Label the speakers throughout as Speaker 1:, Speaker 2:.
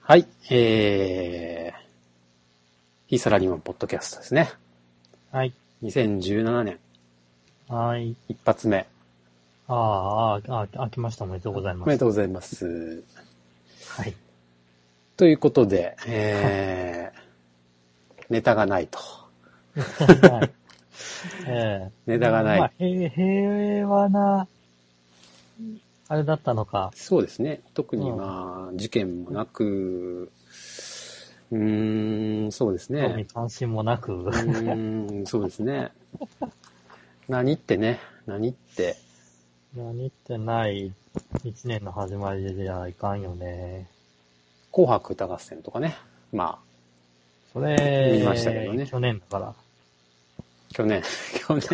Speaker 1: はい。えー、ヒサラリマンポッドキャストですね。
Speaker 2: はい。
Speaker 1: 2017年
Speaker 2: はい。
Speaker 1: 一発目。
Speaker 2: ああ、ああ、あ、明けましておめでとうござい
Speaker 1: お
Speaker 2: ます。
Speaker 1: めでとうございます。
Speaker 2: はい。
Speaker 1: ということで、え ー、ネタがないと。
Speaker 2: はい。ええ
Speaker 1: ネタがない
Speaker 2: まあ、平平和な、あれだったのか。
Speaker 1: そうですね。特に
Speaker 2: うん
Speaker 1: まあ、事件もなく、うーん、そうです
Speaker 2: 興味
Speaker 1: ね。
Speaker 2: 関心もなく
Speaker 1: う。ーん、そうですね。何ってね、何って。
Speaker 2: 何ってない一年の始まりじゃいかんよね。
Speaker 1: 紅白歌合戦とかね。ま
Speaker 2: それ、
Speaker 1: 見ましたけどね
Speaker 2: 去年だから。
Speaker 1: あ、去 年、去年、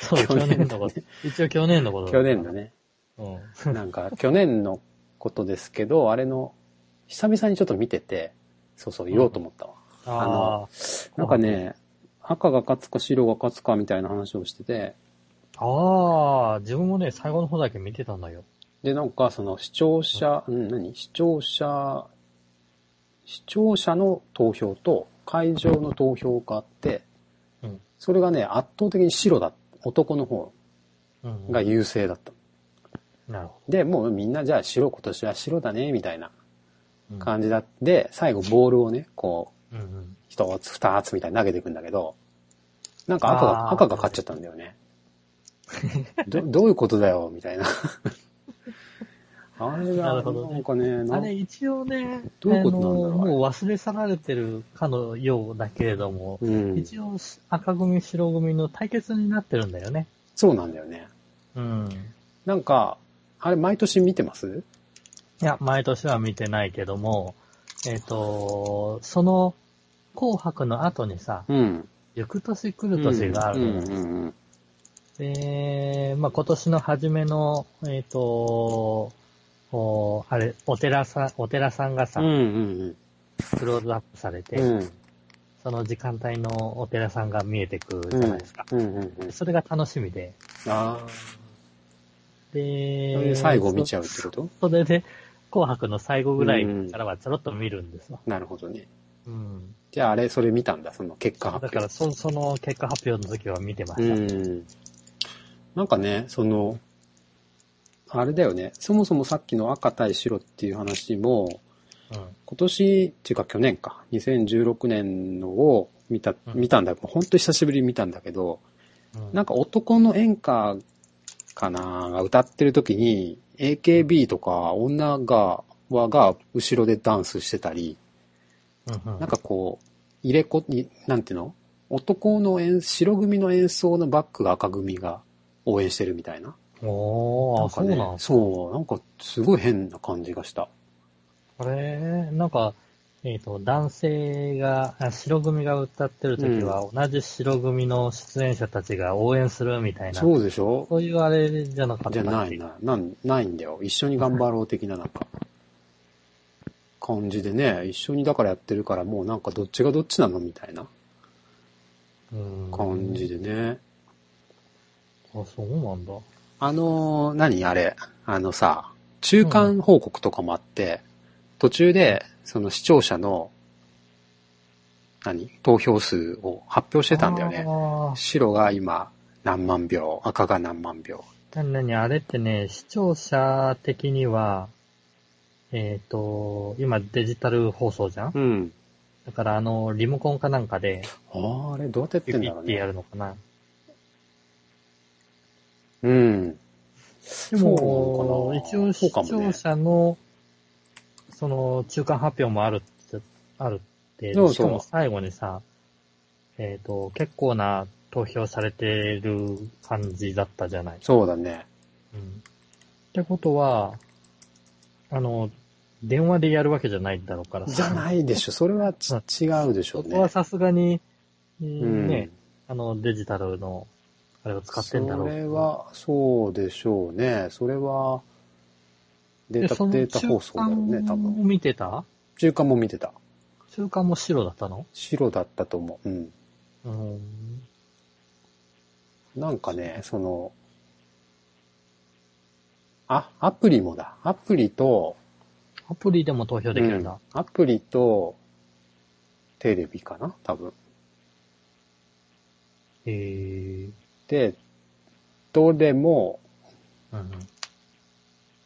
Speaker 2: そう、
Speaker 1: 去
Speaker 2: 去
Speaker 1: 年だね
Speaker 2: 年のこと。一応去年のこと
Speaker 1: 去年だ。ね。
Speaker 2: うん。
Speaker 1: なんか、去年のことですけど、あれの、久々にちょっと見てて、そうそう、言おうと思ったわ。
Speaker 2: あ
Speaker 1: なんかね、赤が勝つか白が勝つかみたいな話をしてて、
Speaker 2: あ、ああ、自分もね、最後の方だけ見てたんだよ。
Speaker 1: で、なんかその視聴者、うん、何視聴者、視聴者の投票と会場の投票があって、
Speaker 2: うん
Speaker 1: それがね、圧倒的に白だ、男の方
Speaker 2: うん。
Speaker 1: が優勢だった。
Speaker 2: なるほ
Speaker 1: で、もうみんなじゃあ白今年は白だね、みたいな
Speaker 2: ど。
Speaker 1: 感じだで、最後ボールをね、こう、
Speaker 2: うんうん。
Speaker 1: 一つ二つみたいに投げていくんだけど、なんか赤が、
Speaker 2: あー
Speaker 1: 赤が勝っちゃったんだよね。 ど、どういうことだよ、みたいな。あれ
Speaker 2: な
Speaker 1: が、
Speaker 2: るほどね
Speaker 1: なんかね、な
Speaker 2: あれ一応ね、
Speaker 1: どういうことなんだろう
Speaker 2: あの
Speaker 1: あれ
Speaker 2: もう忘れ去られてるかのようだけれども、
Speaker 1: うん、
Speaker 2: 一応赤組、白組の対決になってるんだよね。
Speaker 1: そうなんだよね。
Speaker 2: うん。
Speaker 1: なんか、あれ毎年見てます
Speaker 2: いや、毎年は見てないけども、えっ、と、その紅白の後にさ、
Speaker 1: うん。
Speaker 2: 翌年来る年がある
Speaker 1: う
Speaker 2: のよ
Speaker 1: んうんうん。
Speaker 2: で、まあ、今年の初めの、えっ、と、おあれ、お寺さん、お寺さんがさ、
Speaker 1: うんうん
Speaker 2: クローズアップされて、
Speaker 1: うん。うん
Speaker 2: その時間帯のお寺さんが見えてくるじゃないですか。
Speaker 1: うんうんうん。
Speaker 2: それが楽しみで。
Speaker 1: ああ。それ
Speaker 2: で
Speaker 1: で、最後見ちゃうってこと
Speaker 2: それで、紅白の最後ぐらいからはちょろっと見るんですわ。
Speaker 1: なるほどね。
Speaker 2: うん。
Speaker 1: じゃああれ、それ見たんだ、その結果発
Speaker 2: だ
Speaker 1: 表。
Speaker 2: からそ、その結果発表の時は見てま
Speaker 1: う
Speaker 2: した。
Speaker 1: ん。なんかね、その、あれだよね。そもそもさっきの赤対白っていう話も、
Speaker 2: うん。
Speaker 1: 今年っていうか去年か、2016年のを見た、
Speaker 2: うん
Speaker 1: 見たんだ。ほんと久しぶりに見たんだけど、
Speaker 2: うん。
Speaker 1: なんか男の演歌かなが歌ってる時に、AKB とか女が、はが後ろでダンスしてたり、
Speaker 2: うんうん
Speaker 1: なんかこう、入れ子に、なんていうの男の演、白組の演奏のバックが赤組が応援してるみたいな。
Speaker 2: おー、
Speaker 1: なん
Speaker 2: そ
Speaker 1: か
Speaker 2: う
Speaker 1: ね
Speaker 2: なんす
Speaker 1: そう、なんかすごい変な感じがした。
Speaker 2: あれ、なんか、えっ、と、男性が、あ白組が歌ってる時は、同じ白組の出演者たちが応援するみたいな。
Speaker 1: そうでしょ
Speaker 2: そういうあれじゃなかった
Speaker 1: じゃ
Speaker 2: な
Speaker 1: ないな。なん、ないんだよ。一緒に頑張ろう的ななんか、感じでね、一緒にだからやってるからもうなんかどっちがどっちなのみたいな
Speaker 2: うん
Speaker 1: 感じでね。
Speaker 2: あ、そうなんだ。
Speaker 1: あのー何あれ、あのさ、中間報告とかもあって、途中で、その視聴者の、何投票数を発表してたんだよね。
Speaker 2: あー
Speaker 1: 白が今何万票、赤が何万票。
Speaker 2: なになに、あれってね、視聴者的には、えっ、と、今デジタル放送じゃん
Speaker 1: うん。
Speaker 2: だからあの、リモコンかなんかで、
Speaker 1: あーあれ、どうやってやっ
Speaker 2: ピ
Speaker 1: てん
Speaker 2: ピ
Speaker 1: だろ
Speaker 2: っ
Speaker 1: う
Speaker 2: てや
Speaker 1: ね。
Speaker 2: るのかな。
Speaker 1: うん。
Speaker 2: で
Speaker 1: そう
Speaker 2: も、
Speaker 1: なのかな
Speaker 2: 一応
Speaker 1: そう
Speaker 2: 視
Speaker 1: かもね
Speaker 2: 聴者の、その、中間発表もあるって、あるって、
Speaker 1: そうそう
Speaker 2: しかも最後にさ、えっ、と、結構な投票されてる感じだったじゃない。
Speaker 1: そうだね。
Speaker 2: うん。ってことは、あの、電話でやるわけじゃないんだろうから
Speaker 1: じゃないでしょ。それはち違うでしょ
Speaker 2: そうこは
Speaker 1: ね。
Speaker 2: さすがに、えー
Speaker 1: うん
Speaker 2: ね、あの、デジタルの、あれを使ってんだろう
Speaker 1: そ
Speaker 2: けど。
Speaker 1: れは、そうでしょうね。それは、デ
Speaker 2: で、
Speaker 1: ータ、
Speaker 2: その
Speaker 1: データ放送だろうね、
Speaker 2: 中
Speaker 1: 多
Speaker 2: 間
Speaker 1: 分。
Speaker 2: を見てた
Speaker 1: 中間も見てた。
Speaker 2: 中間も白だったの
Speaker 1: 白だったと思う。うん。
Speaker 2: うん。
Speaker 1: なんかね、その、あ、アプリもだ。アプリと、
Speaker 2: アプリでも投票できるんだ。
Speaker 1: うんアプリと、テレビかな多分。
Speaker 2: へえ。
Speaker 1: で、どれも
Speaker 2: うんうん。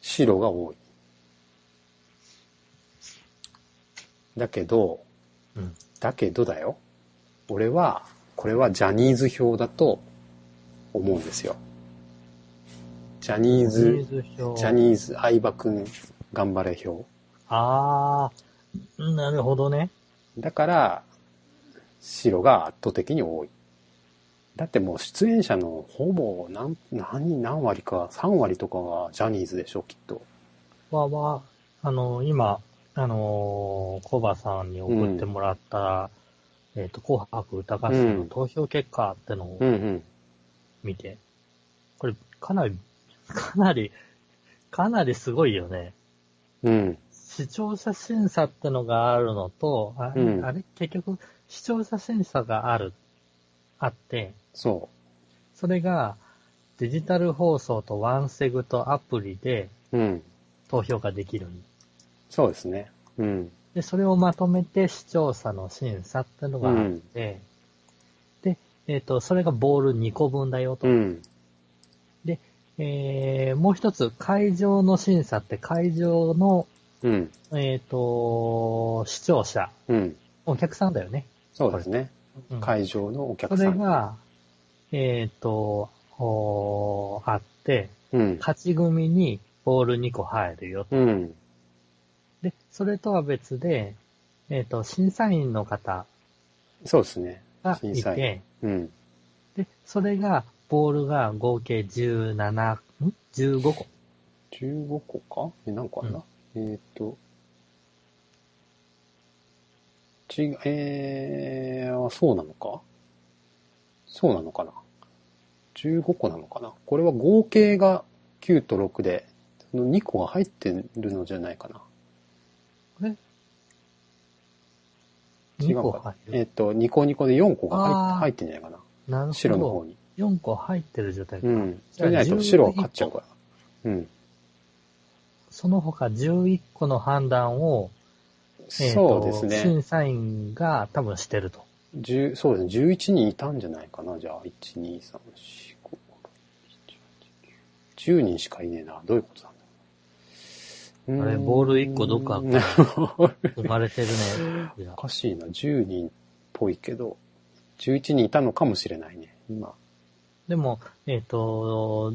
Speaker 1: 白が多い。だけど、
Speaker 2: うん
Speaker 1: だけどだよ。俺は、これはジャニーズ票だと思うんですよ。ジャニーズ、
Speaker 2: ジャニーズ表
Speaker 1: ジャニーズ相葉くん頑張れ票。
Speaker 2: あー、なるほどね。
Speaker 1: だから、白が圧倒的に多い。だってもう出演者のほぼ何、何、何割か、3割とかがジャニーズでしょ、きっと。
Speaker 2: は、は、あの、今、あのーコバさんに送ってもらった、えっ、と、紅白歌合戦の投票結果ってのを
Speaker 1: んうん。
Speaker 2: 見て、これ、かなり、かなり、かなりすごいよね。
Speaker 1: うん。
Speaker 2: 視聴者審査ってのがあるのと、あれ、
Speaker 1: うん
Speaker 2: あれ結局、視聴者審査がある、あって、
Speaker 1: そ
Speaker 2: それが、デジタル放送とワンセグとアプリで
Speaker 1: う。うん。
Speaker 2: 投票ができるん
Speaker 1: そうですね。うん。
Speaker 2: で、それをまとめて視聴者の審査ってのがあって、で、えっ、と、それがボール2個分だよと。
Speaker 1: うん。
Speaker 2: えー、もう一つ、会場の審査って会場の、
Speaker 1: うん。
Speaker 2: えっ、と、視聴者、
Speaker 1: うん。
Speaker 2: お客さんだよね。
Speaker 1: そうですね。
Speaker 2: うん
Speaker 1: 会場のお客さ
Speaker 2: それ
Speaker 1: ん。
Speaker 2: が、えっ、と、おーあって、
Speaker 1: うん。
Speaker 2: 勝ち組にボール2個入るよ。
Speaker 1: うん。
Speaker 2: で、それとは別で、えっ、と、審査員の方
Speaker 1: そうですね。
Speaker 2: が
Speaker 1: 審
Speaker 2: い
Speaker 1: 査員
Speaker 2: て、
Speaker 1: うん。
Speaker 2: で、それが、ボールが合計17、ん ?15 個。
Speaker 1: 15個かえ、何個あんな、えーっと。ちが、えー、あそうなのかそうなのかな ?15 個なのかなこれは合計が9と6で、その2個が入ってるのじゃないかな違う
Speaker 2: 2個
Speaker 1: か
Speaker 2: 入る。
Speaker 1: えーっと、ニコニコで4個が入っ
Speaker 2: あー
Speaker 1: 入ってんじゃないか
Speaker 2: なる
Speaker 1: な白の方
Speaker 2: ほど。
Speaker 1: に。
Speaker 2: 4個入ってる状態か。
Speaker 1: うん。それじゃないと白が勝っちゃうから。うん。
Speaker 2: その他11個の判断を、えー
Speaker 1: そ
Speaker 2: と
Speaker 1: うですね。
Speaker 2: 審査員が多分して ると。
Speaker 1: 10そうですね、11人いたんじゃないかな、じゃあ、1、2、3、4、5、6、7、8、9、10人しかいねえな。どういうことなんだろううーん。
Speaker 2: あれボール一個どっか生まれてるね。
Speaker 1: おかしいな、10人っぽいけど、11人いたのかもしれないね、今。
Speaker 2: でも、えっ、と、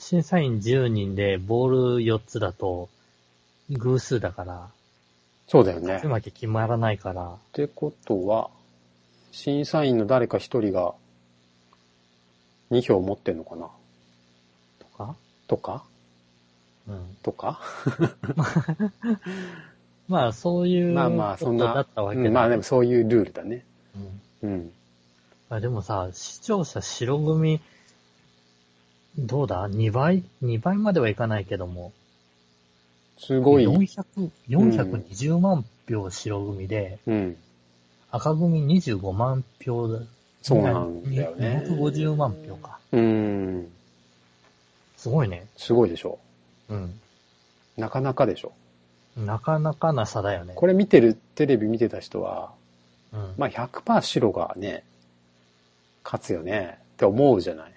Speaker 2: 審査員10人でボール4つだと、偶数だから、
Speaker 1: そうだよね。
Speaker 2: う
Speaker 1: っ
Speaker 2: まく決まらないから、
Speaker 1: てことは、審査員の誰か1人が2票持ってんのかな
Speaker 2: とか
Speaker 1: とか
Speaker 2: うん。
Speaker 1: とか
Speaker 2: まあ、そういう
Speaker 1: まあまあ、そん
Speaker 2: ことだ
Speaker 1: な
Speaker 2: っ、たわけ
Speaker 1: う
Speaker 2: だ
Speaker 1: んまあでもそういうルールだね。
Speaker 2: うん
Speaker 1: うん。
Speaker 2: まあでもさ、視聴者白組、どうだ ?2 倍 ?2 倍まではいかないけども、
Speaker 1: すごい。
Speaker 2: 400 420万票白組で、
Speaker 1: うん。
Speaker 2: 赤組25万票だ。
Speaker 1: そうなんだよね。
Speaker 2: 250万票か。
Speaker 1: うん。
Speaker 2: すごいね。
Speaker 1: すごいでしょ。
Speaker 2: うん。
Speaker 1: なかなかでしょ。
Speaker 2: なかなかな差だよね。
Speaker 1: これ見てる、テレビ見てた人は、
Speaker 2: うん。
Speaker 1: まあ100%白がね、勝つよねって思うじゃない。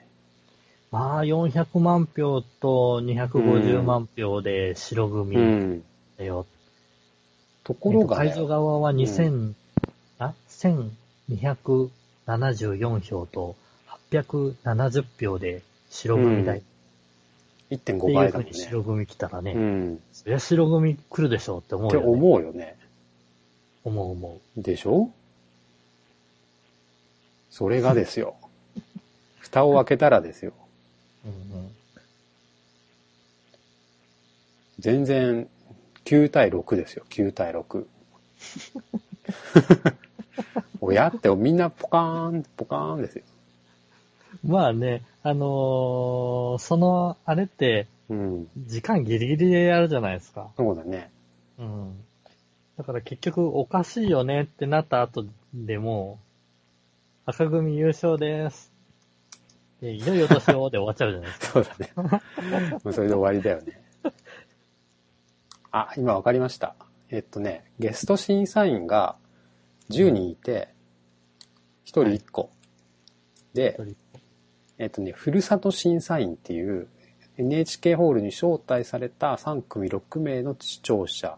Speaker 2: まあ、400万票と250万票で白
Speaker 1: う
Speaker 2: 組
Speaker 1: ん。
Speaker 2: だよ
Speaker 1: ところが、
Speaker 2: 会場
Speaker 1: ね、
Speaker 2: 側は2000、
Speaker 1: う
Speaker 2: あ、1274票と870票で白組だい、って
Speaker 1: 1.5
Speaker 2: いう
Speaker 1: 倍
Speaker 2: ふ
Speaker 1: だも
Speaker 2: う
Speaker 1: んね
Speaker 2: に。白組来たらね、
Speaker 1: うん。っ
Speaker 2: そりゃ白組来るでしょうって思う
Speaker 1: て
Speaker 2: よ、ね。思う
Speaker 1: 思うよね。
Speaker 2: 思う
Speaker 1: でしょそれがです よ。蓋を開けたらですよ。
Speaker 2: うんうん
Speaker 1: 全然、9対6ですよ、9対6。親ってみんなポカーン、ポカーンですよ。
Speaker 2: まあね、あのーその、あれって、
Speaker 1: うん。
Speaker 2: 時間ギリギリでやるじゃないですか。
Speaker 1: そうだね。
Speaker 2: うん。だから結局、おかしいよねってなった後でも、赤組優勝です。で、いよいよ年 をで終わっちゃうじゃないですか。
Speaker 1: そうだね。もうそれで終わりだよね。あ、今わかりました。えっとね、ゲスト審査員が10人いて、1人1個。で
Speaker 2: 一、人
Speaker 1: えっとね、ふるさと審査員っていう NHK ホールに招待された3組6名の視聴者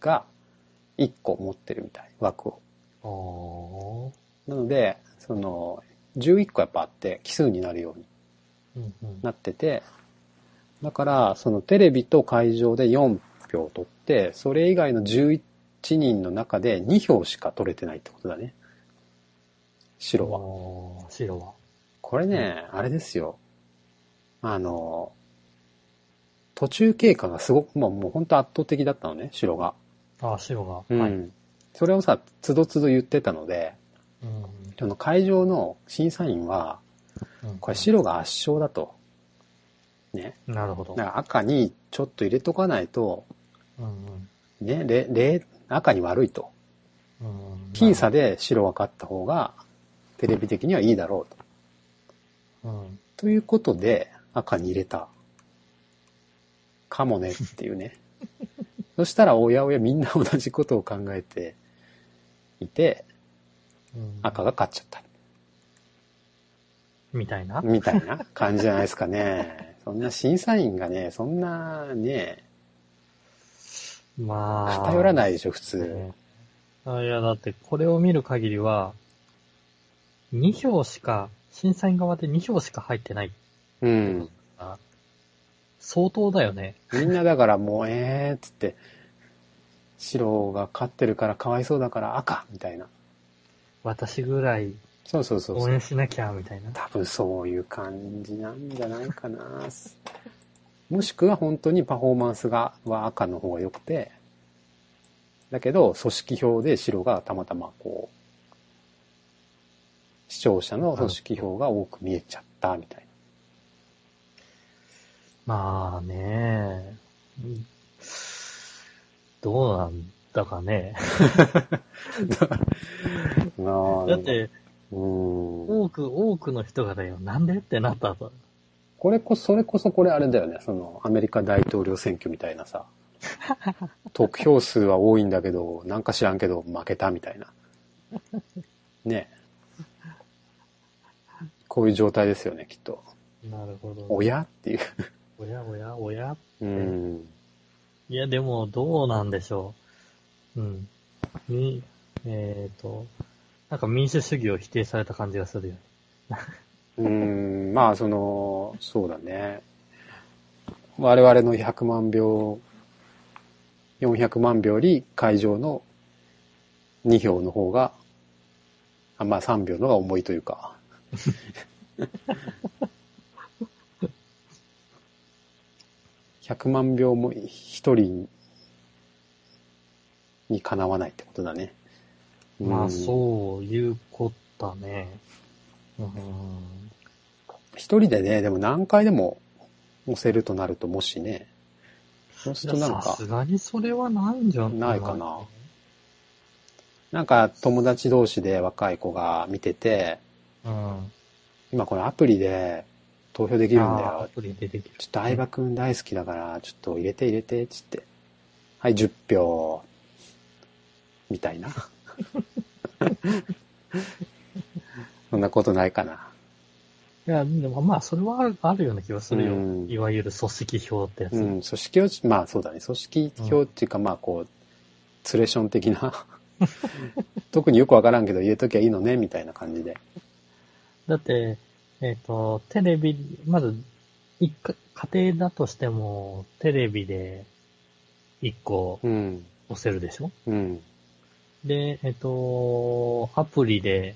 Speaker 1: が1個持ってるみたい、枠を。
Speaker 2: おー
Speaker 1: なので、その、11個やっぱあって奇数になるように
Speaker 2: うんうん。
Speaker 1: なってて、だから、そのテレビと会場で4票取って、それ以外の11人の中で2票しか取れてないってことだね。白は。
Speaker 2: おー白は。
Speaker 1: これね、あれですよ。あの、途中経過がすごく、もうもう本当圧倒的だったのね、白が。
Speaker 2: あ、白が。
Speaker 1: う
Speaker 2: はい。
Speaker 1: ん。それをさ、つどつど言ってたので、
Speaker 2: うん
Speaker 1: その会場の審査員は、
Speaker 2: うん
Speaker 1: これ白が圧勝だと。ね。
Speaker 2: なるほど
Speaker 1: だか。ら赤にちょっと入れとかないと、
Speaker 2: うんうん
Speaker 1: ね、れれ赤に悪いと。
Speaker 2: うんうん
Speaker 1: 僅差で白が勝った方が、テレビ的にはいいだろうと。
Speaker 2: うん。
Speaker 1: ということで、赤に入れた。かもねっていうね。そしたら、おやおやみんな同じことを考えていて、
Speaker 2: うん
Speaker 1: 赤が勝っちゃった。
Speaker 2: みたいな。
Speaker 1: みたいな感じじゃないですかね。そんな審査員がね、そんなね、
Speaker 2: まあ。
Speaker 1: 偏ら
Speaker 2: い。
Speaker 1: ないでしょ、普通。
Speaker 2: あいや、だってこれを見る限りは、2票しか、審査員側で2票しか入ってない
Speaker 1: うん。
Speaker 2: から、相当だよね。
Speaker 1: みんなだからもう、えーっつって、白が勝ってるからかわいそうだから赤みたいな。
Speaker 2: 私ぐらい
Speaker 1: そうそうそう
Speaker 2: 応
Speaker 1: そう。
Speaker 2: 援しなきゃ、みたいな。
Speaker 1: 多分そういう感じなんじゃないかな。もしくは本当にパフォーマンスがは赤の方が良くて、だけど組織票で白がたまたまこう、視聴者の組織票が多く見えちゃったみたい
Speaker 2: まあねうんどうなんだかね。
Speaker 1: な。なあ
Speaker 2: だっ、て、
Speaker 1: うん。
Speaker 2: 多く、多くの人がだよ。なんでってなったと。
Speaker 1: これこ、それこそこれあれだよね。その、アメリカ大統領選挙みたいなさ。得票数は多いんだけど、なんか知らんけど負けたみたいな。ねこういう状態ですよね、きっと。
Speaker 2: なるほど。
Speaker 1: おやっていう。
Speaker 2: おやおやおや
Speaker 1: うん。
Speaker 2: いや、でも、どうなんでしょう。うん。に、えっ、と、なんか民主主義を否定された感じがするよね。
Speaker 1: うん、まあ、その、そうだね。我々の100万票、400万票より会場の2票の方が、あまあ3票の方が重いというか。100万票も1人にかなわないってことだね。
Speaker 2: ま
Speaker 1: う
Speaker 2: あ、
Speaker 1: ん
Speaker 2: そういうことだね。うん。
Speaker 1: 一人でね、でも何回でも押せるとなると、もしね、そうすると
Speaker 2: いや
Speaker 1: なん
Speaker 2: さ
Speaker 1: か
Speaker 2: す、がにそれはないんじゃ
Speaker 1: ないかな。なんか友達同士で若い子が見てて、
Speaker 2: うん。
Speaker 1: 今これアプリで投票できるんだ
Speaker 2: あーア
Speaker 1: よ。
Speaker 2: プリでできる。
Speaker 1: ちょっと相葉くん大好きだから、ちょっと入れて入れて、つって。はい、10票。みたい な。そんなことないかな。
Speaker 2: いや、でもまあ、それはあるあるような気がするよ。
Speaker 1: うん
Speaker 2: いわゆる組織票ってやつ。
Speaker 1: うん、組織票、まあそうだね、組織票っていうか、まあこう、ツレション的 な、特によくわからんけど入れときゃいいのね、みたいな感じで。
Speaker 2: だって、えっ、と、テレビ、まず、一家家庭だとしても、テレビで一個
Speaker 1: うん、
Speaker 2: 押せるでしょ
Speaker 1: うん、
Speaker 2: で、えっ、と、アプリで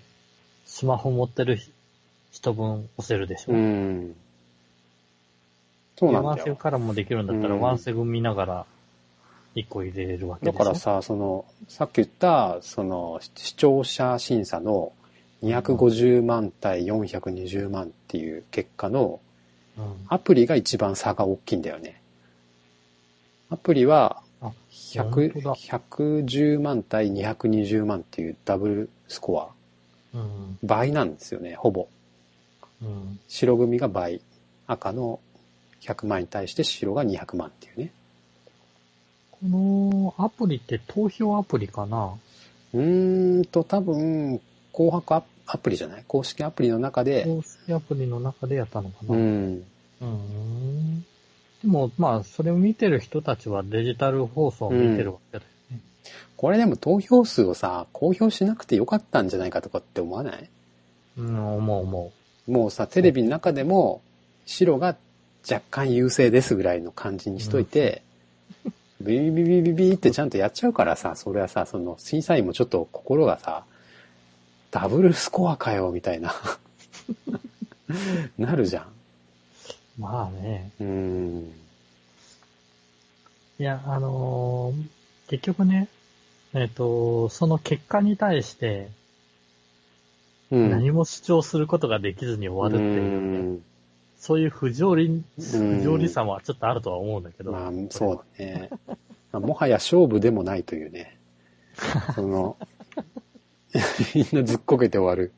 Speaker 2: スマホ持ってる人分押せるでしょ、
Speaker 1: うん。そう
Speaker 2: で
Speaker 1: なん
Speaker 2: ワン
Speaker 1: だ
Speaker 2: セグ
Speaker 1: よ。
Speaker 2: からもできるんだったら、
Speaker 1: うん
Speaker 2: ワンセグ見ながら一個入れるわけで
Speaker 1: だ
Speaker 2: しょ
Speaker 1: からさ、その、さっき言った、その、視聴者審査の250万対420万っていう結果の、
Speaker 2: うん、
Speaker 1: アプリが一番差が大きいんだよね。アプリは
Speaker 2: あ
Speaker 1: 100
Speaker 2: 本当だ
Speaker 1: 110万対220万っていうダブルスコア。
Speaker 2: うん、
Speaker 1: 倍なんですよね、ほぼ。
Speaker 2: うん、
Speaker 1: 白組が倍。赤の100万に対して白が200万っていうね。
Speaker 2: このアプリって投票アプリかな
Speaker 1: うーんと、多分、紅白アアプリじゃない公式アプリの中で、
Speaker 2: 公式アプリの中でやったのか
Speaker 1: うん。
Speaker 2: な、うん、でも、まあ、それを見てる人たちはデジタル放送を見てるわけだよね。
Speaker 1: これでも投票数をさ、公表しなくてよかったんじゃないかとかって思わない
Speaker 2: うん、思う思
Speaker 1: もうさ、テレビの中でも、白が若干優勢ですぐらいの感じにしといて、ビビビビビビってちゃんとやっちゃうからさ、それはさ、その審査員もちょっと心がさ、ダブルスコアかよ、みたい な。なるじゃん。
Speaker 2: う。まあね。
Speaker 1: うーん。
Speaker 2: いや、あのー結局ね、えっ、と、その結果に対して
Speaker 1: うん。
Speaker 2: 何も主張することができずに終わるっていうね、そういう不条理、
Speaker 1: うん
Speaker 2: 不条理さもちょっとあるとは思うんだけ
Speaker 1: うーん
Speaker 2: ど。
Speaker 1: まあ、そうだね。まあもはや勝負でもないというね。そ の、みんなずっこけて終わる。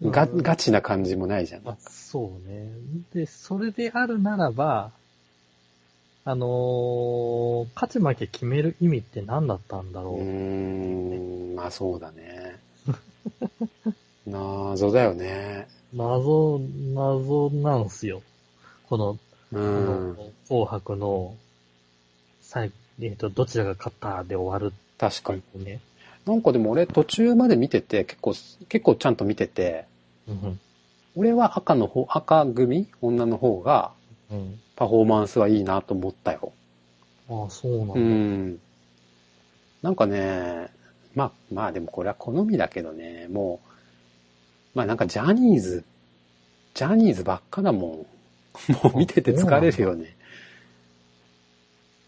Speaker 2: うん
Speaker 1: が、ガチな感じもないじゃん。
Speaker 2: まあ、そうね。で、それであるならば、あのー勝ち負け決める意味って何だったんだろ
Speaker 1: う
Speaker 2: う。
Speaker 1: ーん、まあそうだね。 謎だよね。
Speaker 2: 謎、謎なんすよ。この、
Speaker 1: う
Speaker 2: こ
Speaker 1: ん
Speaker 2: の。紅白の、最、えっ、と、どちらが勝ったで終わる
Speaker 1: 確かに。
Speaker 2: っていうね。
Speaker 1: なんかでも俺途中まで見てて、結構、結構ちゃんと見てて、
Speaker 2: うん
Speaker 1: 俺は赤の方、赤組女の方が
Speaker 2: うん。
Speaker 1: パフォーマンスはいいなと思ったよ。
Speaker 2: ああ、そうなんだ。
Speaker 1: うん。なんかね、まあ、まあでもこれは好みだけどね、もう、まあなんかジャニーズ、ジャニーズばっかだもん。もう見てて疲れるよね。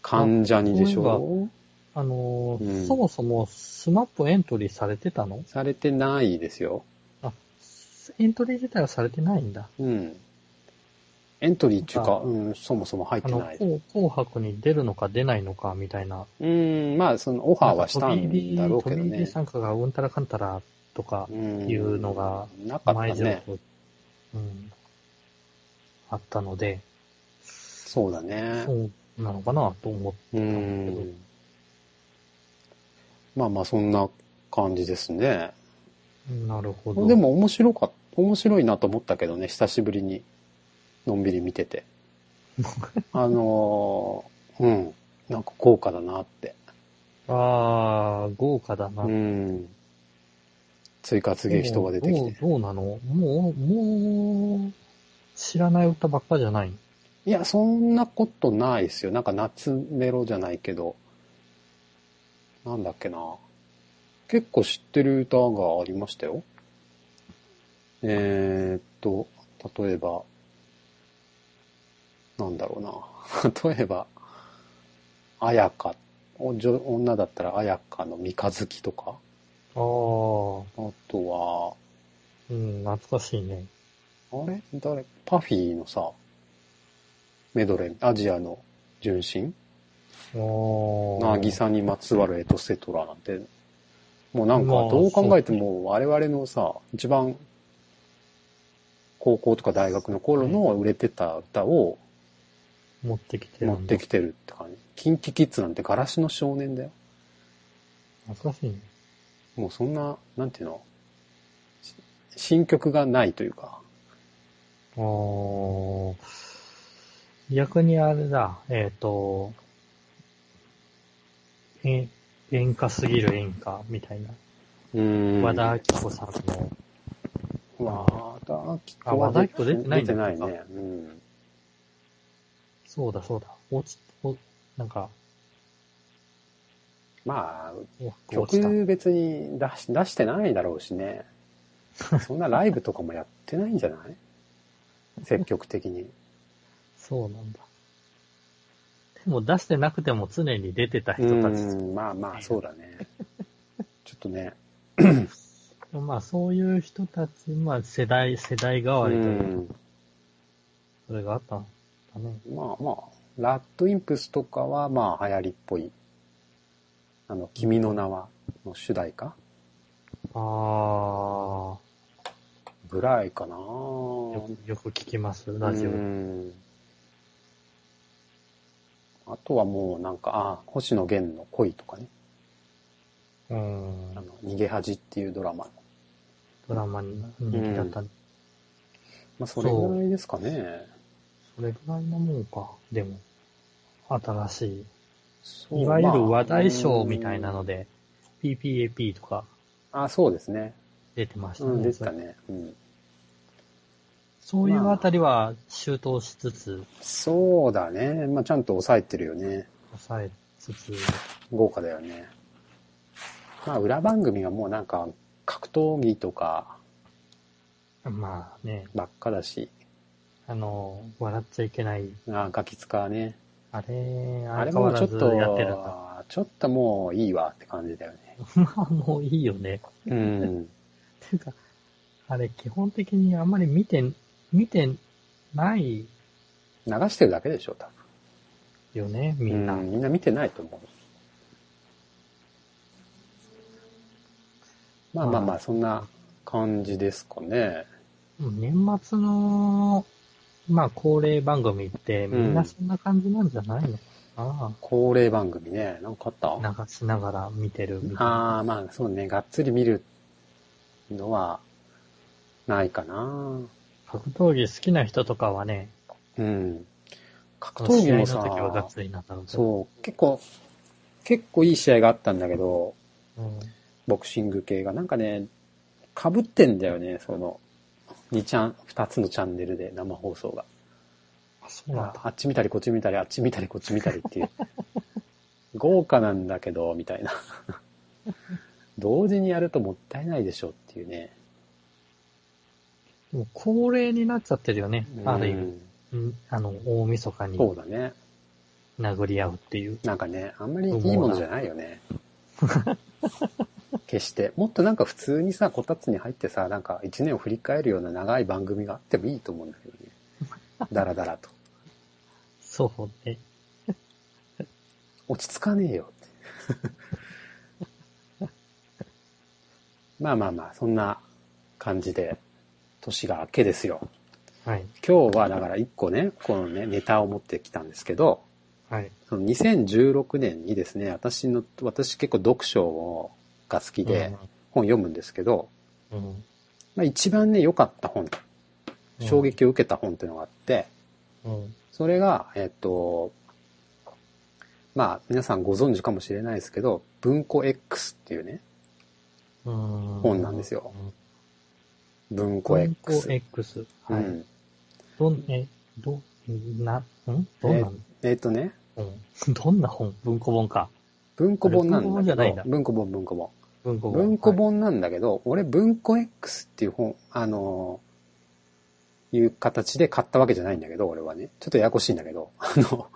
Speaker 1: 関ジャニでし
Speaker 2: あ
Speaker 1: ょ
Speaker 2: あのー
Speaker 1: うん
Speaker 2: そもそもスマップエントリーされてたの
Speaker 1: されてないですよ。
Speaker 2: エントリー自体はされてないんだ。
Speaker 1: うん。エントリーっていう
Speaker 2: な
Speaker 1: か、うん、そもそも入っ
Speaker 2: あ
Speaker 1: て
Speaker 2: の、
Speaker 1: ない。
Speaker 2: 紅紅白に出るのか出ないのかみたいな。
Speaker 1: うん、まあそのオファーはした
Speaker 2: なんか飛び
Speaker 1: ん
Speaker 2: 入り
Speaker 1: だろうけど
Speaker 2: 飛び入り
Speaker 1: ね。
Speaker 2: 参加がうんたらかんたらとか、
Speaker 1: うん
Speaker 2: いうのが、
Speaker 1: なかった
Speaker 2: 前情
Speaker 1: ね。
Speaker 2: 報、うん。あったので、
Speaker 1: そうだね。
Speaker 2: そうなのかなと思って。
Speaker 1: うーん。まあまあ、そんな感じですね。
Speaker 2: なるほど。
Speaker 1: で、も面白かっ面白いなと思ったけどね、久しぶりに、のんびり見て て。あのーうん、なんか豪華だなって。
Speaker 2: ああ、豪華だな。
Speaker 1: うん。追加すげえ人が出てきて。
Speaker 2: どうどうなのもう、もう、知らない歌ばっかじゃない。
Speaker 1: いや、そんなことないですよ。なんか夏メロじゃないけど。なんだっけな。結構知ってる歌がありましたよ。えー、っと、例えば、なんだろうな。例え ば、あやか。お女女だったらあやかの三日月とか。
Speaker 2: ああ、
Speaker 1: あとは、
Speaker 2: うん、懐かしいね。
Speaker 1: あれ誰パフィーのさ、メドレー、アジアの純真
Speaker 2: ああ。
Speaker 1: なぎさにまつわるエトセトラなんて、もうなんかどう考えても我々のさ、一番高校とか大学の頃の売れてた歌を
Speaker 2: 持ってきてる
Speaker 1: 持
Speaker 2: んだ。
Speaker 1: ってきてるって感じ。キンキキッズなんてガラシの少年だよ。
Speaker 2: 懐かしいね。
Speaker 1: もうそんな、なんていうの、し新曲がないというか。
Speaker 2: あー逆にあれだ、えっ、と、え、演歌すぎる演歌みたいな。
Speaker 1: うん
Speaker 2: 和田明子さんの、
Speaker 1: 和田明
Speaker 2: あ
Speaker 1: 子
Speaker 2: 和
Speaker 1: は
Speaker 2: 田アキ子出てないん
Speaker 1: 出
Speaker 2: だ
Speaker 1: てないね。うん。
Speaker 2: そうだそうだ、落ち、おなんか、
Speaker 1: まあ、
Speaker 2: 落ちた。
Speaker 1: 曲別に出し出してないだろうし ね。そんなライブとかもやってないんじゃない積極的に。
Speaker 2: そうなんだ。でも出してなくても常に出てた
Speaker 1: う
Speaker 2: 人たち。
Speaker 1: ん、まあまあ、そうだね。ちょっとね。
Speaker 2: まあそういう人たち、まあ世代、世代代
Speaker 1: う
Speaker 2: わりというか、
Speaker 1: ん、
Speaker 2: それがあったんだね。
Speaker 1: まあまあ、ラッドインプスとかはまあ流行りっぽい。あの、君の名はの主題歌
Speaker 2: あ
Speaker 1: ぐらいかな
Speaker 2: あ、よく、よく聞きます、ラジオ
Speaker 1: う。んあとはもうなんか、ああ、星野源の恋とかね、
Speaker 2: うん
Speaker 1: あ。の、逃げ恥っていうドラマの。
Speaker 2: ドラマに人気だった、
Speaker 1: まあ、それぐらいですかね。
Speaker 2: それぐらいのもんか。でも、新しい。
Speaker 1: そう
Speaker 2: いわゆる話題
Speaker 1: まあ
Speaker 2: 賞みたいなので、PPAP とか
Speaker 1: うんあ、そうですね。
Speaker 2: 出てました
Speaker 1: うん、
Speaker 2: ね。
Speaker 1: でしたね。うん。
Speaker 2: そういうあたりは周到しつつ、
Speaker 1: そうだね。まあ、ちゃんと抑えてるよね。
Speaker 2: 抑えつつ、
Speaker 1: 豪華だよね。まあ、裏番組はもうなんか、格闘技とか
Speaker 2: まあね、
Speaker 1: ばっかだし、
Speaker 2: あの、笑っちゃいけない。
Speaker 1: あガキ使はね。
Speaker 2: あれ、
Speaker 1: あれ
Speaker 2: 変
Speaker 1: も
Speaker 2: わ
Speaker 1: うちょ
Speaker 2: ら
Speaker 1: っ
Speaker 2: ず
Speaker 1: と
Speaker 2: やってるんだ。、
Speaker 1: ちょっともういいわって感じだよね。
Speaker 2: まあもういいよね。
Speaker 1: うん。
Speaker 2: ていうか、あれ基本的にあんまり見て、見てない
Speaker 1: 流してるだけでしょ、多分。
Speaker 2: よね、みんな。
Speaker 1: うみんな見てないと思う。まあまあま
Speaker 2: ま
Speaker 1: あ、
Speaker 2: あ
Speaker 1: そんな感じですかね。
Speaker 2: 年末の、まあ、恒例番組って、みんなそんな感じなんじゃないのかな、
Speaker 1: 恒例番組ね。なんかあった
Speaker 2: 流しながら見てるみたいな。
Speaker 1: ああ、まあそうね。がっつり見るのはないかな。
Speaker 2: 格闘技好きな人とかはね、
Speaker 1: うん。格闘
Speaker 2: 試
Speaker 1: 技
Speaker 2: 合の
Speaker 1: も
Speaker 2: 時はがっ
Speaker 1: さ、
Speaker 2: つりなったの
Speaker 1: そう、結構、結構いい試合があったんだけど、
Speaker 2: う。うん、
Speaker 1: ボクシング系が。なんかね、被ってんだよね、その、2ちゃん、2つのチャンネルで生放送が。
Speaker 2: あ、そうなんだ。
Speaker 1: あっち見たりこっち見たり、あっち見たりこっち見たりって いう。豪華なんだけど、みたいな。同時にやるともったいないでしょっていうね。
Speaker 2: でも恒例になっちゃってるよね。ある意
Speaker 1: う
Speaker 2: 味、
Speaker 1: ん
Speaker 2: うんあの、大晦日に
Speaker 1: そうだね。
Speaker 2: 殴り合うっていう。
Speaker 1: なんかね、あんまりいいものじゃないよ ね。決して。もっとなんか普通にさ、こたつに入ってさ、なんか一年を振り返るような長い番組があってもいいと思うんだけどね。だらだらと。
Speaker 2: そうね。
Speaker 1: 落ち着かねえよ って。まあまあまあ、そんな感じで、年が明けですよ。
Speaker 2: はい。
Speaker 1: 今日はだから一個ね、このね、ネタを持ってきたんですけど、
Speaker 2: はい。
Speaker 1: その2016年にですね、私の、私結構読書をが好きで本読むんですけど、
Speaker 2: うん、うん
Speaker 1: まあ、一番ね、良かった本、
Speaker 2: うん
Speaker 1: 衝撃を受けた本っていうのがあって、
Speaker 2: うん。
Speaker 1: それが、えっと、まあ、皆さんご存知かもしれないですけど、文庫 X っていうね、
Speaker 2: うん。
Speaker 1: 本なんですよ
Speaker 2: うん。
Speaker 1: 文庫
Speaker 2: 文庫
Speaker 1: X。
Speaker 2: X。
Speaker 1: う
Speaker 2: はい。
Speaker 1: ん、
Speaker 2: どん、え、ど、な、んどんな
Speaker 1: えっとね、
Speaker 2: 本どんな本文庫本か。
Speaker 1: 文庫本なん
Speaker 2: 文
Speaker 1: だ
Speaker 2: 庫本じ
Speaker 1: け
Speaker 2: ゃないん
Speaker 1: ど
Speaker 2: だ、
Speaker 1: 文庫本、文庫本。
Speaker 2: 文庫本。
Speaker 1: 文庫本なんだけど、俺文庫 X っていう本、あのーいう形で買ったわけじゃないんだけど、俺はね。ちょっとややこしいんだけど、 あの、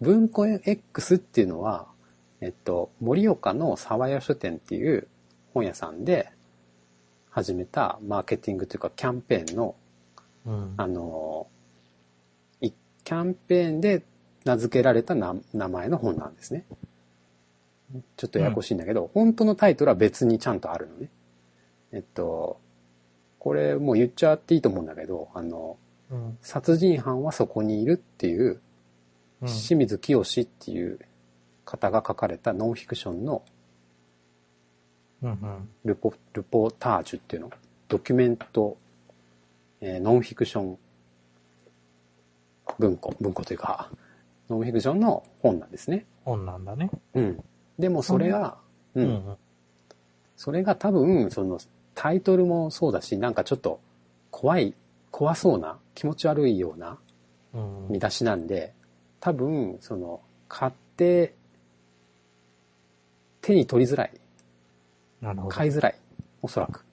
Speaker 1: 文庫 X っていうのは、えっと、盛岡の沢屋書店っていう本屋さんで始めたマーケティングというかキャンペーンの、
Speaker 2: はい。うん。
Speaker 1: あのーいキャンペーンで名付けられたな名前の本なんですね。ちょっとややこしいんだけど、本当のタイトルは別にちゃんとあるのね。えっと、これもう言っちゃっていいと思うんだけど、あの、
Speaker 2: うん。
Speaker 1: 殺人犯はそこにいるっていう、
Speaker 2: うん
Speaker 1: 清水清っていう方が書かれたノンフィクションの
Speaker 2: うん。
Speaker 1: ルポ、ルポタージュっていうの、ドキュメント、えーノンフィクション文庫、文庫というか、ノンフィクションの本なんですね。
Speaker 2: 本なんだね。
Speaker 1: うん。でもそれが、
Speaker 2: う
Speaker 1: うん、それが多分、その、タイトルもそうだし、なんかちょっと、怖い、怖そうな、気持ち悪いような
Speaker 2: うん。
Speaker 1: 見出しなんで、多分、その、買って、手に取りづらい、
Speaker 2: なるほど。
Speaker 1: 買いづらい、おそらく。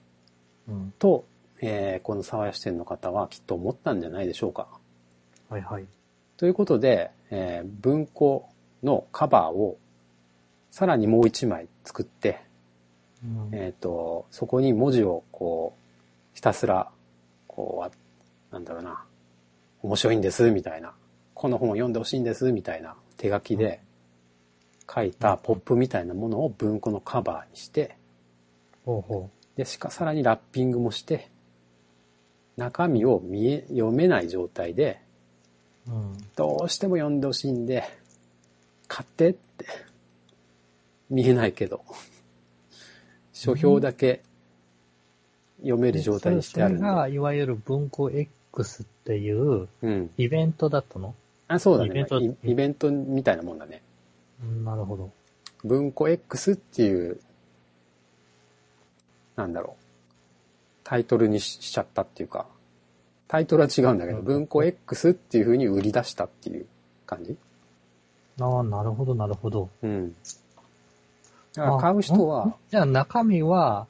Speaker 2: うん。
Speaker 1: と、えーこの沢屋支店の方はきっと思ったんじゃないでしょうか。
Speaker 2: はいはい。
Speaker 1: ということで、えー文庫のカバーをさらにもう一枚作って、
Speaker 2: うん
Speaker 1: えっ、と、そこに文字をこう、ひたすら、こうあ、なんだろうな、面白いんです、みたいな、この本を読んでほしいんです、みたいな手書きで書いたポップみたいなものを文庫のカバーにして、
Speaker 2: ほうほ
Speaker 1: で、しか、さらにラッピングもして、中身を見え、読めない状態で、
Speaker 2: う。うん。
Speaker 1: どうしても読んでほしいんで、買ってって。見えないけど。書評だけ読める状態にしてあるん
Speaker 2: そ
Speaker 1: で
Speaker 2: れ。が、いわゆる文庫 X っていう
Speaker 1: うん。
Speaker 2: イベントだったの
Speaker 1: あ、そうだ
Speaker 2: イベン
Speaker 1: ね
Speaker 2: ト。
Speaker 1: イイベントみたいなもんだね。
Speaker 2: うんなるほど。
Speaker 1: 文庫 X っていう、なんだろう。タイトルにししちゃったっていうか、タイトルは違うんだけど、
Speaker 2: うん
Speaker 1: 文庫 X っていう風に売り出したっていう感じ
Speaker 2: ああ、なるほど、なるほど。
Speaker 1: うん。だから買う人
Speaker 2: あん
Speaker 1: は、
Speaker 2: じゃあ中身は、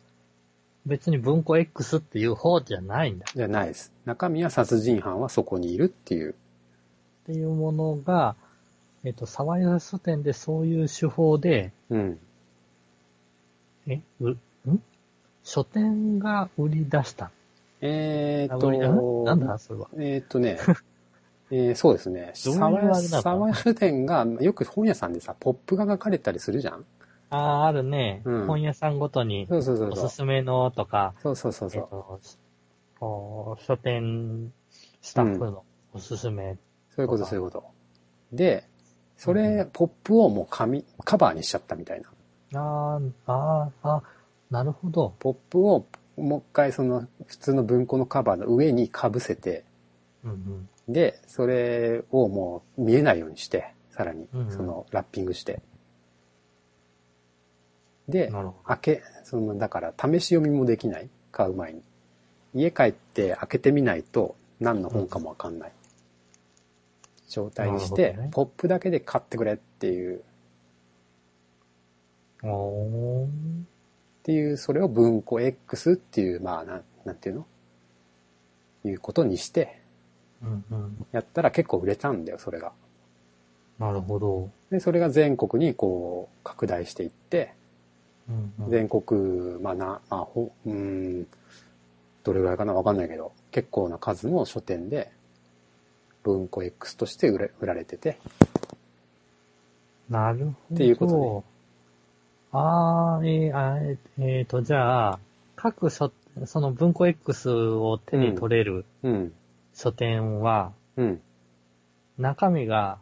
Speaker 2: 別に文庫 X っていう方じゃないんだ。
Speaker 1: じゃないです。中身は殺人犯はそこにいるっていう。
Speaker 2: っていうものが、えっ、と、サバイバル書店でそういう手法で、
Speaker 1: うん。
Speaker 2: え、う、ん書店が売り出した。
Speaker 1: えーっ
Speaker 2: あ売り出
Speaker 1: と、
Speaker 2: なんだそれは。
Speaker 1: えーっと ね、えーそうですね。
Speaker 2: どういう
Speaker 1: 沢
Speaker 2: あれなの
Speaker 1: 屋沢屋書店が、よく本屋さんでさ、ポップが書かれたりするじゃん
Speaker 2: ああ、あるね、
Speaker 1: うん
Speaker 2: 本屋さんごとに、
Speaker 1: そうそうそう
Speaker 2: お
Speaker 1: そう
Speaker 2: す。すめのとか、
Speaker 1: そうそうそう
Speaker 2: え
Speaker 1: そ
Speaker 2: っ、
Speaker 1: う。
Speaker 2: と、こう書店スタッフのおすすめ。
Speaker 1: そういうこと、
Speaker 2: とか
Speaker 1: そういうこと。で、それ、
Speaker 2: うん
Speaker 1: ポップをもう紙、カバーにしちゃったみたいな。
Speaker 2: あーあー、あ、なるほど。
Speaker 1: ポップをもう一回その普通の文庫のカバーの上に被せて、
Speaker 2: うん
Speaker 1: で、それをもう見えないようにして、さらに
Speaker 2: う、んうん
Speaker 1: そのラッピングして。
Speaker 2: う
Speaker 1: で
Speaker 2: ん。、なるほ
Speaker 1: 開け、その、だから試し読みもできない。買う前に。家帰って開けてみないと何の本かもわかんない。状態にして、
Speaker 2: なるほどね
Speaker 1: ポップだけで買ってくれっていう
Speaker 2: ど。おー
Speaker 1: っていう、それを文庫 X っていう、まあ、なん、なんていうのいうことにして、
Speaker 2: うんうん。
Speaker 1: やったら結構売れたんだよ、それが。
Speaker 2: なるほど。
Speaker 1: で、それが全国にこう、拡大していって、
Speaker 2: うんうん、
Speaker 1: 全国、まあな、まあ、ほ、うーん、どれぐらいかなわかんないけど、結構な数の書店で、文庫 X として売れ売られてて、
Speaker 2: なるほど。
Speaker 1: っていうことね
Speaker 2: あーえーあーえーえーと、じゃあ、各書、その文庫 X を手に取れる
Speaker 1: うん、
Speaker 2: 書店は、
Speaker 1: うん、
Speaker 2: 中身が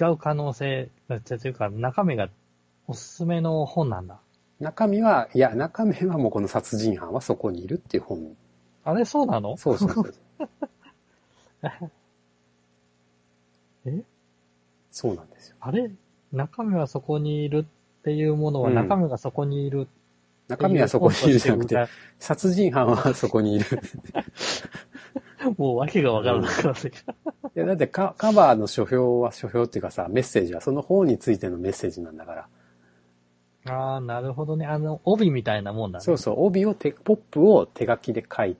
Speaker 2: 違う可能性、あじゃあというか、中身がおすすめの本なんだ。
Speaker 1: 中身は、いや、中身はもうこの殺人犯はそこにいるっていう本。
Speaker 2: あれそうなの
Speaker 1: そうそうそう。
Speaker 2: え
Speaker 1: そうなんですよ。
Speaker 2: あれ中身はそこにいるっていうものは
Speaker 1: うん
Speaker 2: 中身がそこにいるっていう
Speaker 1: 中身はそこにいるじゃなくて、
Speaker 2: 本と
Speaker 1: 殺人犯はそこにいる。
Speaker 2: してもう訳がわからなくなってきた。
Speaker 1: いや、だってカカバーの書評は書評っていうかさ、メッセージはその本についてのメッセージなんだから。
Speaker 2: ああ、なるほどね。あの、帯みたいなもんだね。
Speaker 1: そうそう、帯をて、ポップを手書きで書い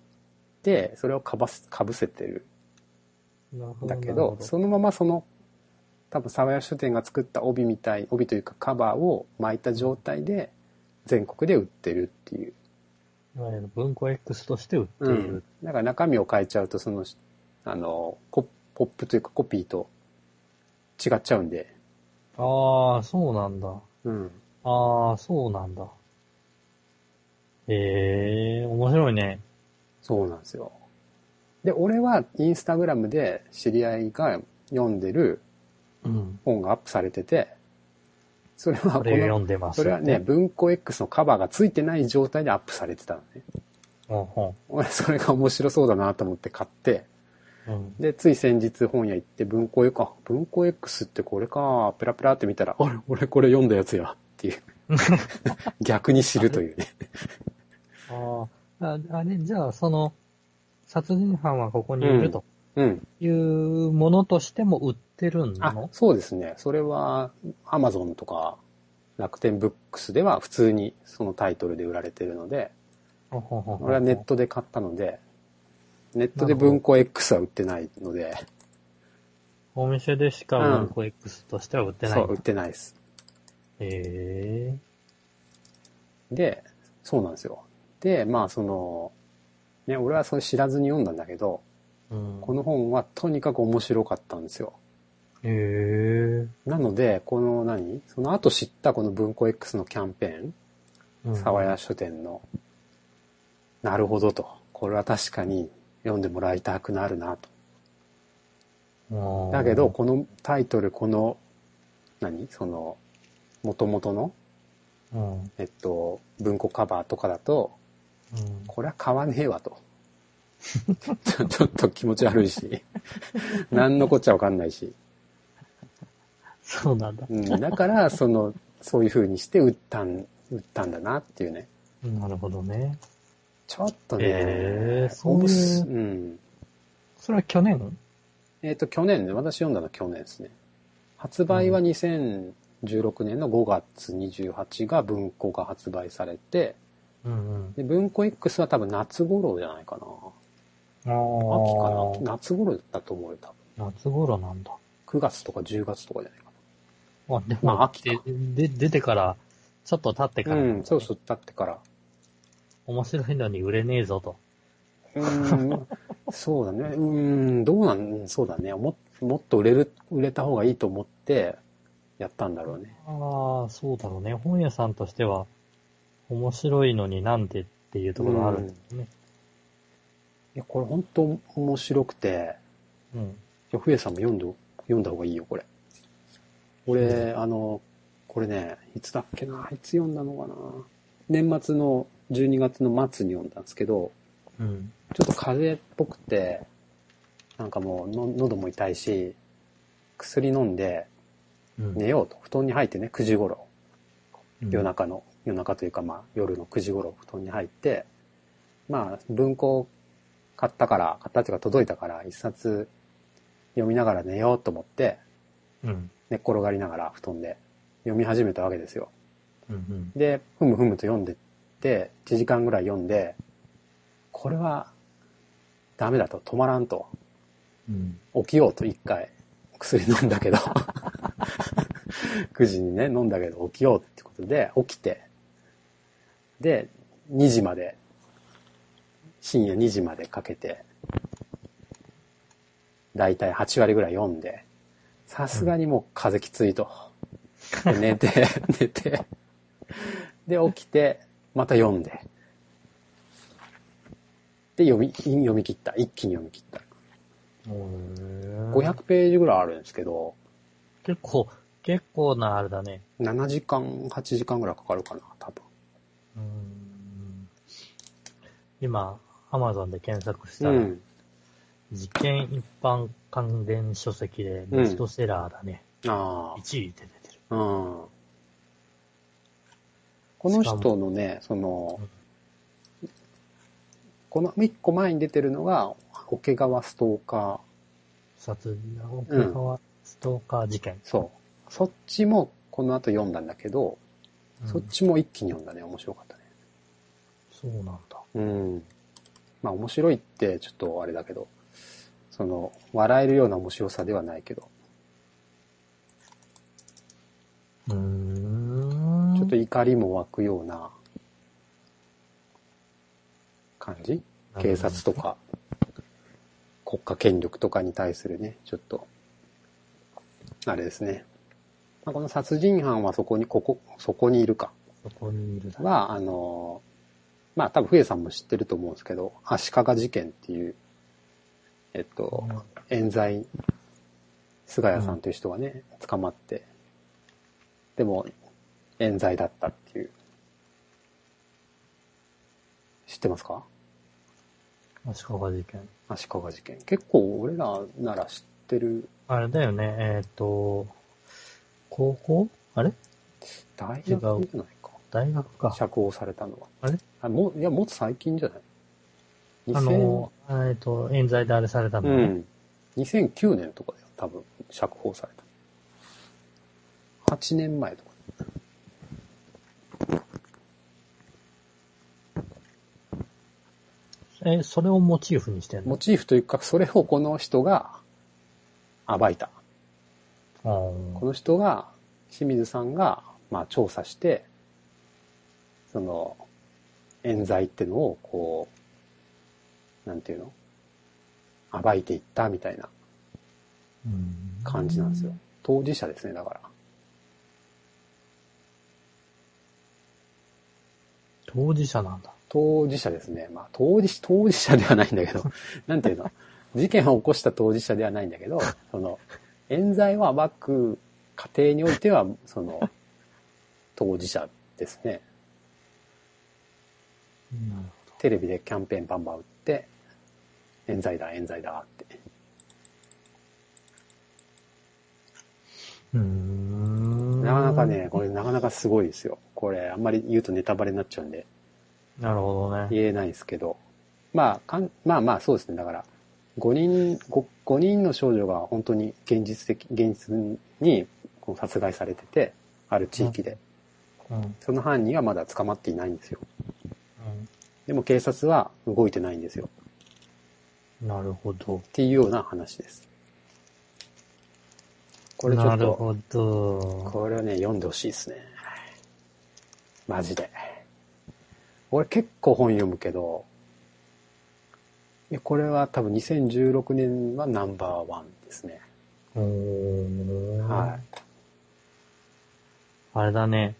Speaker 1: て、それをかばす、かぶせてる
Speaker 2: なるほ
Speaker 1: ん
Speaker 2: ど
Speaker 1: だけ
Speaker 2: なるほ
Speaker 1: ど、そのままその、多分沢屋書店が作った帯みたい、帯というかカバーを巻いた状態で、全国で売ってるっていう。
Speaker 2: いわゆる文庫 X として売っていうる
Speaker 1: ん。。だから中身を変えちゃうと、その、あの、コポップというかコピーと違っちゃうんで、
Speaker 2: ああ、そうなんだ。
Speaker 1: うん。
Speaker 2: ああ、そうなんだ。ええ面白いね。
Speaker 1: そうなんですよ。で、俺はインスタグラムで知り合いが読んでる
Speaker 2: うん。
Speaker 1: 本がアップされてて、それは
Speaker 2: こ
Speaker 1: こ
Speaker 2: れを
Speaker 1: の、
Speaker 2: 読んでます。
Speaker 1: それはね、。文庫 X のカバーが付いてない状態でアップされてたのね。
Speaker 2: うん、ほ
Speaker 1: 俺、それが面白そうだなと思って買って、
Speaker 2: ん。うん。
Speaker 1: で、つい先日本屋行って文庫 X、あ文庫 X ってこれか、ペラペラって見たら、あれ、俺これ読んだやつや、って いう。逆に知るというね。
Speaker 2: ああ、あれ、じゃあ、その、殺人犯はここにいると
Speaker 1: うん。
Speaker 2: いうものとしても売ってる
Speaker 1: あ
Speaker 2: の、
Speaker 1: そうですね。それは、アマゾンとか、楽天ブックスでは普通にそのタイトルで売られてるので、
Speaker 2: うんほんほんほん
Speaker 1: 俺はネットで買ったので、ネットで文庫 X は売ってないので、
Speaker 2: お店でしか文庫 X としては売ってない
Speaker 1: そ
Speaker 2: んだ。
Speaker 1: う、売ってないです。
Speaker 2: え
Speaker 1: で、そうなんですよ。で、まあその、ね、俺はそれ知らずに読んだんだけど、
Speaker 2: えうん。
Speaker 1: この本はとにかく面白かったんですよ。
Speaker 2: ええ
Speaker 1: なので、この何その後知ったこの文庫 X のキャンペーン、
Speaker 2: うん
Speaker 1: 沢屋書店の、なるほどと。これは確かに読んでもらいたくなるなと。だけど、、このタイトル、この何その、元々の、
Speaker 2: うん。うん。
Speaker 1: えっと、文庫カバーとかだと、これは買わねえわ と。ちょちょっと気持ち悪い し、何のこっちゃわかんないし。
Speaker 2: そうなんだ。
Speaker 1: うん、だから、その、そういう風にして売ったん、売ったんだなっていうね。
Speaker 2: なるほどね。
Speaker 1: ちょっとね、
Speaker 2: ええそう
Speaker 1: お
Speaker 2: い
Speaker 1: す
Speaker 2: う、
Speaker 1: うん。
Speaker 2: それは去年
Speaker 1: えっ、と、去年ね、私読んだのは去年ですね。発売は2016年の5月28が文庫が発売されて、
Speaker 2: うん
Speaker 1: で文庫 X は多分夏頃じゃないかな。
Speaker 2: うん。あ
Speaker 1: 秋か
Speaker 2: あ。
Speaker 1: な夏頃だったと思うよ、多
Speaker 2: 夏頃なんだ。
Speaker 1: 分。9月とか10月とかじゃないか
Speaker 2: あ、でも、
Speaker 1: まあ秋
Speaker 2: で
Speaker 1: か
Speaker 2: で、出てから、ちょっと経ってか
Speaker 1: な。
Speaker 2: ら、
Speaker 1: うん、そうそう、経ってから。
Speaker 2: 面白いのに売れねえぞと。
Speaker 1: うん、そうだね。うん、どうなん、うんそうだね。ももっと売れる、売れた方がいいと思って、やったんだろうね。
Speaker 2: ああ、そうだろうね。本屋さんとしては、面白いのになんでっていうところあるんだよね。
Speaker 1: いや、これ本当面白くて、
Speaker 2: うん。
Speaker 1: いや、ふえさんも読んで、読んだ方がいいよ、これ。俺、あの、これね、いつだっけな、いつ読んだのかな。年末の12月の末に読んだんですけど、
Speaker 2: うん。
Speaker 1: ちょっと風邪っぽくて、なんかもうの、喉も痛いし、薬飲んで
Speaker 2: うん。
Speaker 1: 寝ようと。布団に入ってね、9時頃。
Speaker 2: うん
Speaker 1: 夜中の、夜中というかまあ夜の9時頃布団に入って、まあ文庫買ったから、買ったっていうか届いたから一冊読みながら寝ようと思って、
Speaker 2: うん。
Speaker 1: 寝っ転がりながら布団で読み始めたわけですよ。
Speaker 2: うん。
Speaker 1: で、ふむふむと読んでって、1時間ぐらい読んで、これはダメだと、止まらんと、
Speaker 2: うん。
Speaker 1: 起きようと一回薬飲んだけど、9時にね、飲んだけど起きようってことで起きて、で、2時まで、深夜2時までかけて、だいたい8割ぐらい読んで、さすがにもう風邪きついと。で寝て、寝て、で、起きて、また読んで、で、読み、読み切った。一気に読み切った。
Speaker 2: うん。
Speaker 1: 500ページぐらいあるんですけど、
Speaker 2: 結構、結構なあれだね。
Speaker 1: 7時間、8時間ぐらいかかるかな、多分。
Speaker 2: うん。今、アマゾンで検索した
Speaker 1: う
Speaker 2: ら、
Speaker 1: ん。
Speaker 2: 事件一般関連書籍でベストセラーだね。
Speaker 1: あ
Speaker 2: 1位で出てる。
Speaker 1: あ、うん。この人のね、その
Speaker 2: うん、
Speaker 1: この1個前に出てるのが、桶川ストーカー。
Speaker 2: 殺人、奥川ストーカー事件。
Speaker 1: そう。そっちもこの後読んだんだけど、
Speaker 2: うん
Speaker 1: そっちも一気に読んだね。面白かったね。
Speaker 2: そうなんだ。
Speaker 1: うん。まあ面白いってちょっとあれだけど、その、笑えるような面白さではないけど、
Speaker 2: うーん。
Speaker 1: ちょっと怒りも湧くような感じ警察とか、国家権力とかに対するね、ちょっと、あれですね。まあ、この殺人犯はそこに、ここ、そこにいるか。
Speaker 2: そこにいるだ。
Speaker 1: は、あの、まあ多分、ふえさんも知ってると思うんですけど、足利事件っていう、えっと、冤罪、菅谷さんという人がね、捕まって、でも、冤罪だったっていう。知ってますか
Speaker 2: 足利事件。
Speaker 1: 足利事件。結構俺らなら知ってる。
Speaker 2: あれだよね、えっ、と、高校あれ
Speaker 1: 大学じゃないか。
Speaker 2: 大学か。
Speaker 1: 釈放されたのは。
Speaker 2: あれ
Speaker 1: あもう、いや、もっと最近じゃない
Speaker 2: あの、えっ、と、冤罪であれされた
Speaker 1: 2000
Speaker 2: のね、
Speaker 1: うん。2009年とかだよ、多分、釈放された。8年前とか。
Speaker 2: え、それをモチーフにしてん
Speaker 1: モ
Speaker 2: の
Speaker 1: チーフというか、それをこの人が暴いた。
Speaker 2: あ
Speaker 1: こ
Speaker 2: ー
Speaker 1: の人が、清水さんが、まあ、調査して、その、冤罪ってのを、こう、なんていうの暴いていったみたいな
Speaker 2: うん
Speaker 1: 感じなんですよ。当事者ですね、だから。
Speaker 2: 当事者なんだ。
Speaker 1: 当事者ですね。まあ、当事、当事者ではないんだけど、なんていうの、事件を起こした当事者ではないんだけど、その、冤罪を暴く家庭においては、その、当事者ですね。
Speaker 2: なる
Speaker 1: テレビでキャンペーンバンバン打って、冤罪だ、冤罪だって。
Speaker 2: うーん。
Speaker 1: なかなかね、これなかなかすごいですよ。これ、あんまり言うとネタバレになっちゃうんで、
Speaker 2: なるほどね。
Speaker 1: 言えないですけど。まあ、かんまあまあ、そうですね。だから、5人、5, 人の少女が本当に現実的、現実にこう殺害されてて、ある地域で。
Speaker 2: うん。うん
Speaker 1: その犯人はまだ捕まっていないんですよ。でも警察は動いてないんですよ。
Speaker 2: なるほど
Speaker 1: っ。ていうような話です。これちょ
Speaker 2: な
Speaker 1: っ
Speaker 2: る
Speaker 1: と、
Speaker 2: ほど。
Speaker 1: これはね、読んでほしいですね。マジで。俺結構本読むけど、いやこれは多分2016年はナンバーワンですね。
Speaker 2: おー
Speaker 1: は
Speaker 2: あれだね。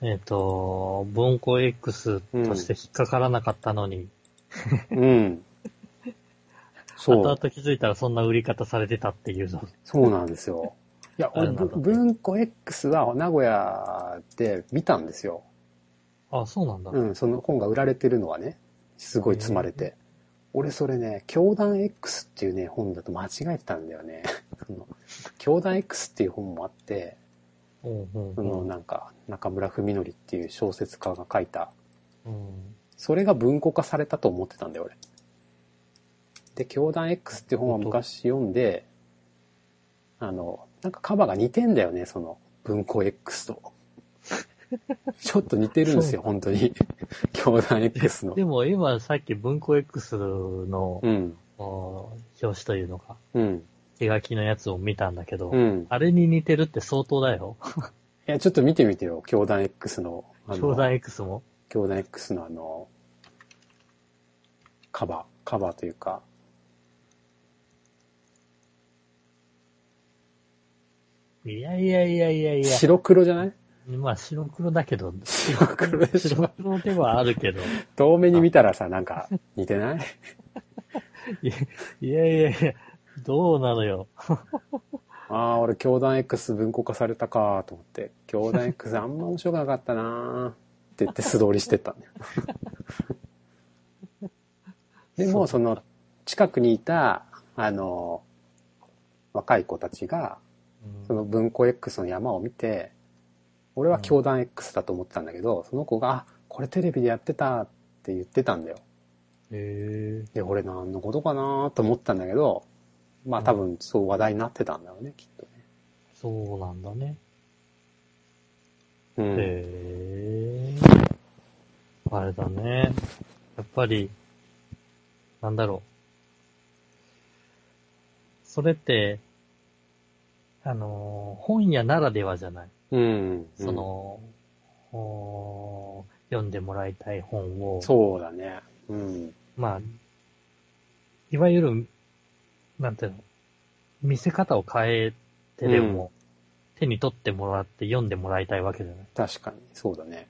Speaker 2: えっ、と、文庫 X として引っかからなかったのに、
Speaker 1: い。うん。そ
Speaker 2: 後々
Speaker 1: う、
Speaker 2: 気づいたらそんな売り方されてたっていうの。
Speaker 1: そうなんですよ。いや、俺、
Speaker 2: あれな
Speaker 1: ぶ
Speaker 2: んだ
Speaker 1: 文庫 X は名古屋で見たんですよ。
Speaker 2: あ、そうなんだ。
Speaker 1: うん、その本が売られてるのはね、すごい積まれて。俺それね、教団 X っていうね、本だと間違えてたんだよね。 その教団 X っていう本もあって、
Speaker 2: うんうん
Speaker 1: その
Speaker 2: うん
Speaker 1: なんか、中村文則っていう小説家が書いた、
Speaker 2: うん
Speaker 1: それが文庫化されたと思ってたんだよ、俺。で、教団 X っていう本は昔読んで、あの、なんかカバーが似てんだよね、その、文庫 X と。ちょっと似てるんですよ、本当 に。教団 X の。
Speaker 2: でも今さっき文庫 X の、
Speaker 1: うん。
Speaker 2: お表紙というのか、
Speaker 1: うん。
Speaker 2: 手書きのやつを見たんだけど、
Speaker 1: うん。
Speaker 2: あれに似てるって相当だよ。
Speaker 1: いや、ちょっと見てみてよ。教団 X の、あの
Speaker 2: 教団 X も。
Speaker 1: 教団 X のあの、カバー、カバーというか、
Speaker 2: いやいやいやいやいや。
Speaker 1: 白黒じゃない
Speaker 2: まあ白黒だけど、
Speaker 1: 白黒でし
Speaker 2: 白
Speaker 1: ょ
Speaker 2: 黒ではあるけど、
Speaker 1: 遠目に見たらさ、なんか、似てない
Speaker 2: いいやいやいや、どうなのよ。
Speaker 1: ああ、俺、教団 X 文庫化されたかと思って、教団 X あんま面白くなかったなーって言って素通りしてったんだよ。 でも、その、近くにいた、あの、若い子たちが、
Speaker 2: うん
Speaker 1: その文庫 X の山を見て、俺は教団 X だと思ってたんだけど、その子が、あ、これテレビでやってたって言ってたんだよ。
Speaker 2: へ
Speaker 1: で、俺何のことかなと思ったんだけど、まあ多分そう話題になってたんだろうね、きっとね。
Speaker 2: ーそうなんだね。
Speaker 1: うん。
Speaker 2: へーあれだね。やっぱり、なんだろう。それって、あのー、本屋ならではじゃない。
Speaker 1: うん。
Speaker 2: その、おー読んでもらいたい本
Speaker 1: う
Speaker 2: を
Speaker 1: ん、そうだね。うん。
Speaker 2: まあ、いわゆる、なんていうの、見せ方を変えてでも、手に取ってもらって読んでもらいたいわけじゃない。
Speaker 1: 確かに、そうだね。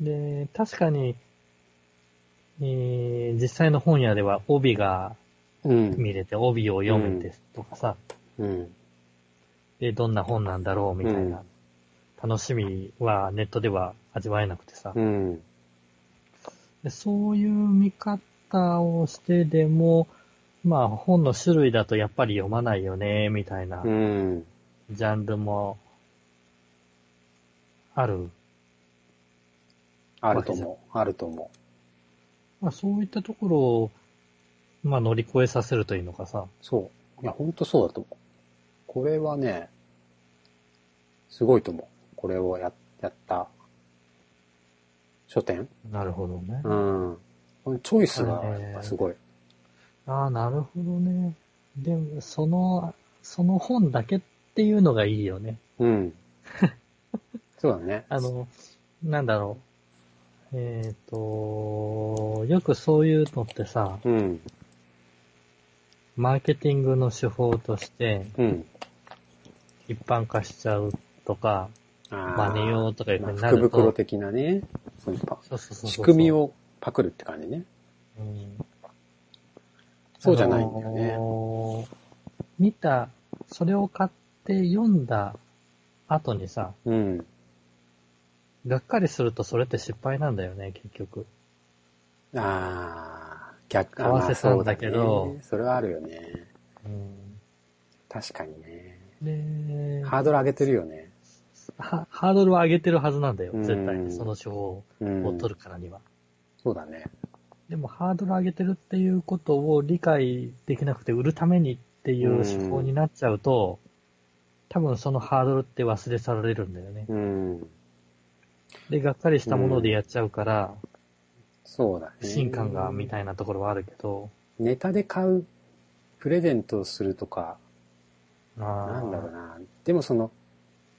Speaker 2: で、確かに、えー実際の本屋では帯が
Speaker 1: うん。
Speaker 2: 見れて、帯を読むですとかさ、
Speaker 1: うん。
Speaker 2: で、どんな本なんだろうみたいな、楽しみはネットでは味わえなくてさ、
Speaker 1: うん。
Speaker 2: でそういう見方をしてでも、まあ本の種類だとやっぱり読まないよね、みたいな
Speaker 1: うん。
Speaker 2: ジャンルもある。
Speaker 1: あると思う。あると思う。
Speaker 2: まあそういったところを、まあ乗り越えさせるというのかさ、
Speaker 1: そう。いや、ほんとそうだと思う。これはね、すごいと思う。これをや、やった、書店
Speaker 2: なるほどね。
Speaker 1: うん。このチョイスがやっぱすごい。
Speaker 2: ああ、なるほどね。でも、その、その本だけっていうのがいいよね。
Speaker 1: うん。そうだね。
Speaker 2: あの、なんだろう。えっ、と、よくそういうのってさ、
Speaker 1: うん。
Speaker 2: マーケティングの手法として
Speaker 1: うん。
Speaker 2: 一般化しちゃうとか、
Speaker 1: あー
Speaker 2: 真似ようとかいうふ
Speaker 1: ま
Speaker 2: う
Speaker 1: あ
Speaker 2: にな
Speaker 1: 福
Speaker 2: る
Speaker 1: 袋
Speaker 2: と、
Speaker 1: 的なね、そういうパ
Speaker 2: そうそうそうそう
Speaker 1: 仕組み、をパクるって感じね。
Speaker 2: うん
Speaker 1: そうじゃないんだよね
Speaker 2: あのー見た、それを買っって読んだ後にさ、
Speaker 1: うん。
Speaker 2: がっかりするとそれって失敗なんだよね、結局。
Speaker 1: ああ、逆、
Speaker 2: 合わせそうだけど
Speaker 1: まあそうだねそれはあるよね。
Speaker 2: うん
Speaker 1: 確かにね。
Speaker 2: で、
Speaker 1: ハードル上げてるよね。
Speaker 2: はハードルは上げてるはずなんだよ、
Speaker 1: うん
Speaker 2: 絶対に。その手法
Speaker 1: う
Speaker 2: を
Speaker 1: ん。
Speaker 2: 取るからには。
Speaker 1: そうだね。
Speaker 2: でも、ハードル上げてるっていうことを理解できなくて売るためにっていう手法になっちゃうと、多分そのハードルって忘れ去られるんだよね。
Speaker 1: うん。
Speaker 2: で、がっかりしたものでやっちゃうから、
Speaker 1: そうだね。
Speaker 2: 不信感がみたいなところはあるけど、
Speaker 1: ネタで買う、プレゼントをするとか、な
Speaker 2: なん
Speaker 1: だろうな。でもその、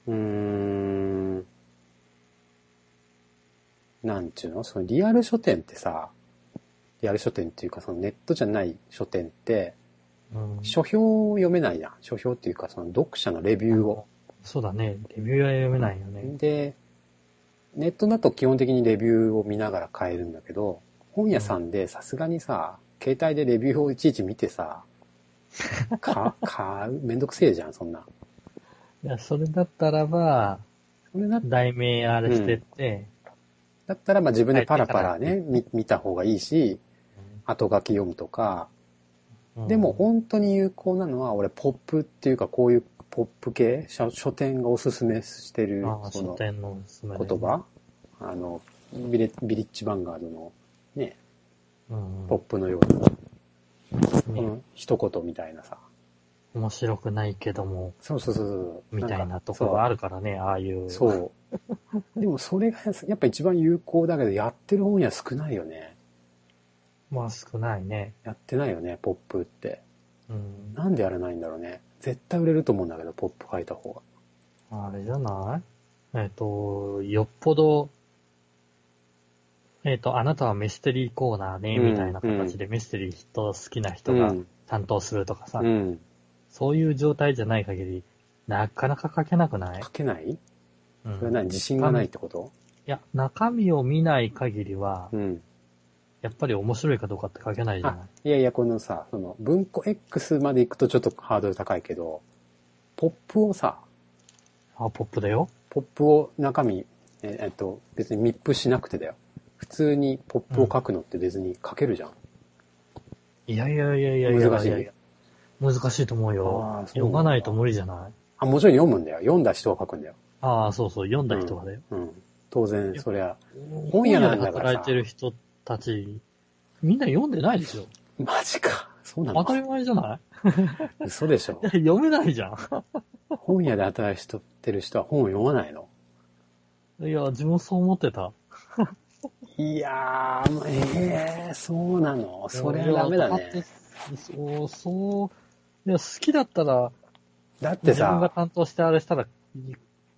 Speaker 1: うーん、なんちゅうのそのリアル書店ってさ、リアル書店っていうかそのネットじゃない書店って、
Speaker 2: うん
Speaker 1: 書評を読めないやん。書評っていうかその読者のレビューを。
Speaker 2: そうだね。レビューは読めないよね。
Speaker 1: で、ネットだと基本的にレビューを見ながら買えるんだけど、本屋さんでさすがにさ、携帯でレビューをいちいち見て さ、か、買う、めんどくせえじゃん、そんな。
Speaker 2: いや、それだったらば、
Speaker 1: それだっ
Speaker 2: 題名あれしてって、
Speaker 1: だったらまあ自分でパラパラ
Speaker 2: は
Speaker 1: ね、見見た方がいいし、後書き読むとか、
Speaker 2: うん
Speaker 1: でも本当に有効なのは、俺ポップっていうかこういうポップ系、書書店がおすすめしてる
Speaker 2: ああ、
Speaker 1: そ
Speaker 2: 書
Speaker 1: の
Speaker 2: 店のおすすめだよね
Speaker 1: 言葉、あのビレ、ビリッジヴァンガードのね、
Speaker 2: うん
Speaker 1: ポップのような、
Speaker 2: ね
Speaker 1: うん一言みたいなさ、
Speaker 2: 面白くないけども、
Speaker 1: そうそうそうそう。
Speaker 2: みたい
Speaker 1: ん
Speaker 2: な
Speaker 1: か
Speaker 2: ところがあるからね、ああいう。
Speaker 1: そう。 そう。でもそれがやっぱ一番有効だけど、やってる本屋少ないよね。
Speaker 2: まあ少ないね。
Speaker 1: やってないよね、ポップって。
Speaker 2: うん。
Speaker 1: なんでやらないんだろうね。絶対売れると思うんだけど、ポップ書いた方が。
Speaker 2: あれじゃないえっ、と、よっぽど、えっ、と、あなたはミステリーコーナーね、
Speaker 1: うん
Speaker 2: みたいな形でミステリー人好きな人が担当するとかさ、
Speaker 1: うん。
Speaker 2: そういう状態じゃない限り、なかなか書けなくない、
Speaker 1: 書けない
Speaker 2: うん
Speaker 1: それは何自信がないってこと
Speaker 2: いや、中身を見ない限りは、
Speaker 1: うん。
Speaker 2: やっぱり面白いかどうかって書けないじゃない
Speaker 1: あ、いやいや、このさ、その文庫 X まで行くとちょっとハードル高いけど、ポップをさ、
Speaker 2: あポップだよ。
Speaker 1: ポップを中身、ええっと、別に密封しなくてだよ。普通にポップを書くのって別に書けるじゃん。
Speaker 2: いやいやいやいやや
Speaker 1: 難しい
Speaker 2: やや難しいと思う
Speaker 1: あ
Speaker 2: よ
Speaker 1: あ。そう
Speaker 2: 読まないと無理じゃない
Speaker 1: あ、もちろん読むんだよ。読んだ人は書くんだよ。
Speaker 2: ああ、そうそう、読んだ人がだよ。
Speaker 1: うん。当然、そりゃ、
Speaker 2: 本
Speaker 1: 本屋
Speaker 2: 屋で
Speaker 1: なんだからさ
Speaker 2: 働いてる人たち、みんな読んでないですよ。
Speaker 1: マジか。そうな
Speaker 2: 当
Speaker 1: の
Speaker 2: たり前じゃない
Speaker 1: 嘘でしょ
Speaker 2: い。や読めないじゃ
Speaker 1: 本屋で働いてる人は本を読まないの
Speaker 2: ん。いや、自分そう思ってた。
Speaker 1: いやー、ええそうなの。それはダメだ
Speaker 2: いや
Speaker 1: ね。。
Speaker 2: そう、そう、いや、好きだったら、
Speaker 1: だって
Speaker 2: 自分が
Speaker 1: さ、
Speaker 2: 担当してあれしたら、い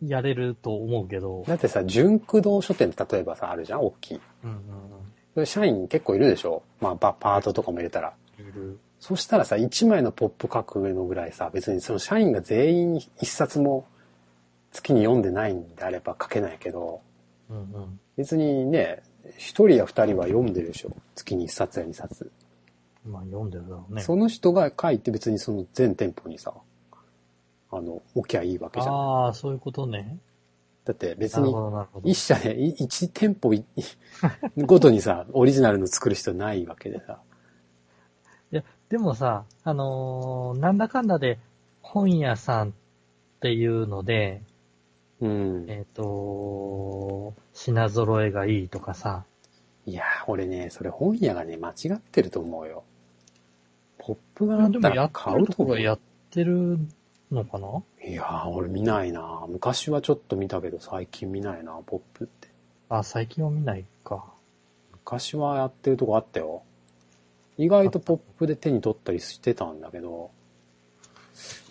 Speaker 2: やれると思うけど。
Speaker 1: だってさ、純駆動書店例えばさ、あるじゃん大きい。
Speaker 2: うんうん
Speaker 1: それ社員結構いるでしょまあ、パパートとかも入れたら。
Speaker 2: うん。いる。
Speaker 1: そしたらさ、1枚のポップ書くのぐらいさ、別にその社員が全員1冊も月に読んでないんであれば書けないけど、
Speaker 2: うんうん。
Speaker 1: 別にね、1人や2人は読んでるでしょ月に1冊や2冊。
Speaker 2: まあ読んでるだろうね。
Speaker 1: その人が書いて別にその全店舗にさ、あの、置きゃいいわけじゃん。
Speaker 2: ああ、そういうことね。
Speaker 1: だって別
Speaker 2: なる
Speaker 1: に
Speaker 2: ほど、なるほど
Speaker 1: 一。社で、い一店舗いごとにさ、オリジナルの作る人ないわけでさ。
Speaker 2: でもさ、あのーなんだかんだで、本屋さんっていうので、
Speaker 1: うん。
Speaker 2: えっ、と品揃えがいいとかさ、
Speaker 1: いやー、俺ね、それ本屋がね、間違ってると思うよ。ポップがあっ
Speaker 2: で
Speaker 1: た
Speaker 2: もや
Speaker 1: ら
Speaker 2: って
Speaker 1: 買
Speaker 2: る
Speaker 1: う
Speaker 2: と
Speaker 1: と
Speaker 2: こ
Speaker 1: 思
Speaker 2: ろ
Speaker 1: う。い
Speaker 2: や
Speaker 1: や
Speaker 2: ってるのかな
Speaker 1: ー、俺見ないな昔はちょっと見たけど、最近見ないなポップって。
Speaker 2: あ、最近は見ないか。
Speaker 1: 昔はやってるとこあったよ。意外とポップで手に取ったりしてたんだけど、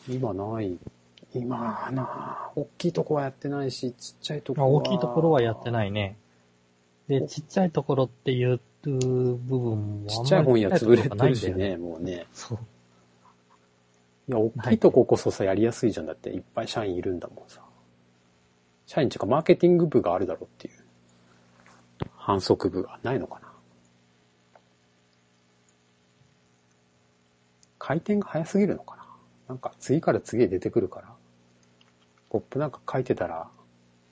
Speaker 1: 今ない。今はな大きいとこはやってないし、ちっちゃいとこ
Speaker 2: まあ、
Speaker 1: は。
Speaker 2: 大きいところはやって
Speaker 1: い
Speaker 2: ないね。で、ちっちゃいところっていう部分も
Speaker 1: ちっちゃい本屋潰れ
Speaker 2: あん
Speaker 1: て
Speaker 2: まり
Speaker 1: る
Speaker 2: ちっち
Speaker 1: し
Speaker 2: ゃいところがないんだよ。
Speaker 1: ね、もうね。
Speaker 2: そう。
Speaker 1: いや、大きいとここそさ、やりやすいじゃん。だって、いっぱい社員いるんだもんさ。社員っていうか、マーケティング部があるだろうっていう。反則部がないのかな。回転が早すぎるのかな。なんか、次から次へ出てくるから、コップなんか書いてたら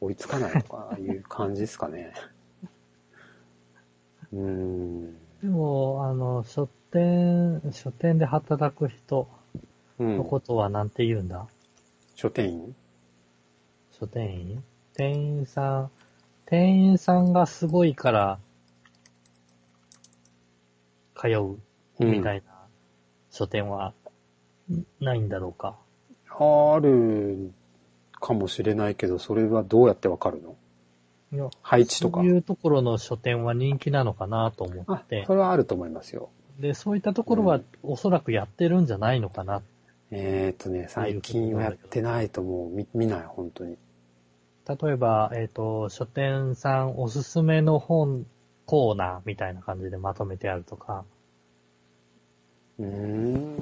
Speaker 1: 追いつかないとかいう感じですか ね。うーん。
Speaker 2: でも、あの、書店、書店で働く人
Speaker 1: う
Speaker 2: の
Speaker 1: ん。
Speaker 2: ことはなんて言うんだ、
Speaker 1: 書店員
Speaker 2: 書店員店員さん、店員さんがすごいから、通うみた
Speaker 1: い
Speaker 2: いな書店はないんだろうか。
Speaker 1: な。あるかもしれないけど、それはどうやってわかるの
Speaker 2: いや
Speaker 1: 配置と
Speaker 2: そ
Speaker 1: か
Speaker 2: う。いうところの書店は人気なのかなと思
Speaker 1: あ
Speaker 2: っ、て
Speaker 1: そ、れはあると思いますよ。
Speaker 2: で、そういったところはおそらくやってるんじゃないのかな。
Speaker 1: えっ、とね、最近はやってないともう見見ない、本当に。
Speaker 2: 例えば、えっ、と、書店さんおすすめの本コーナーみたいな感じでまとめてあるとか、
Speaker 1: うーん。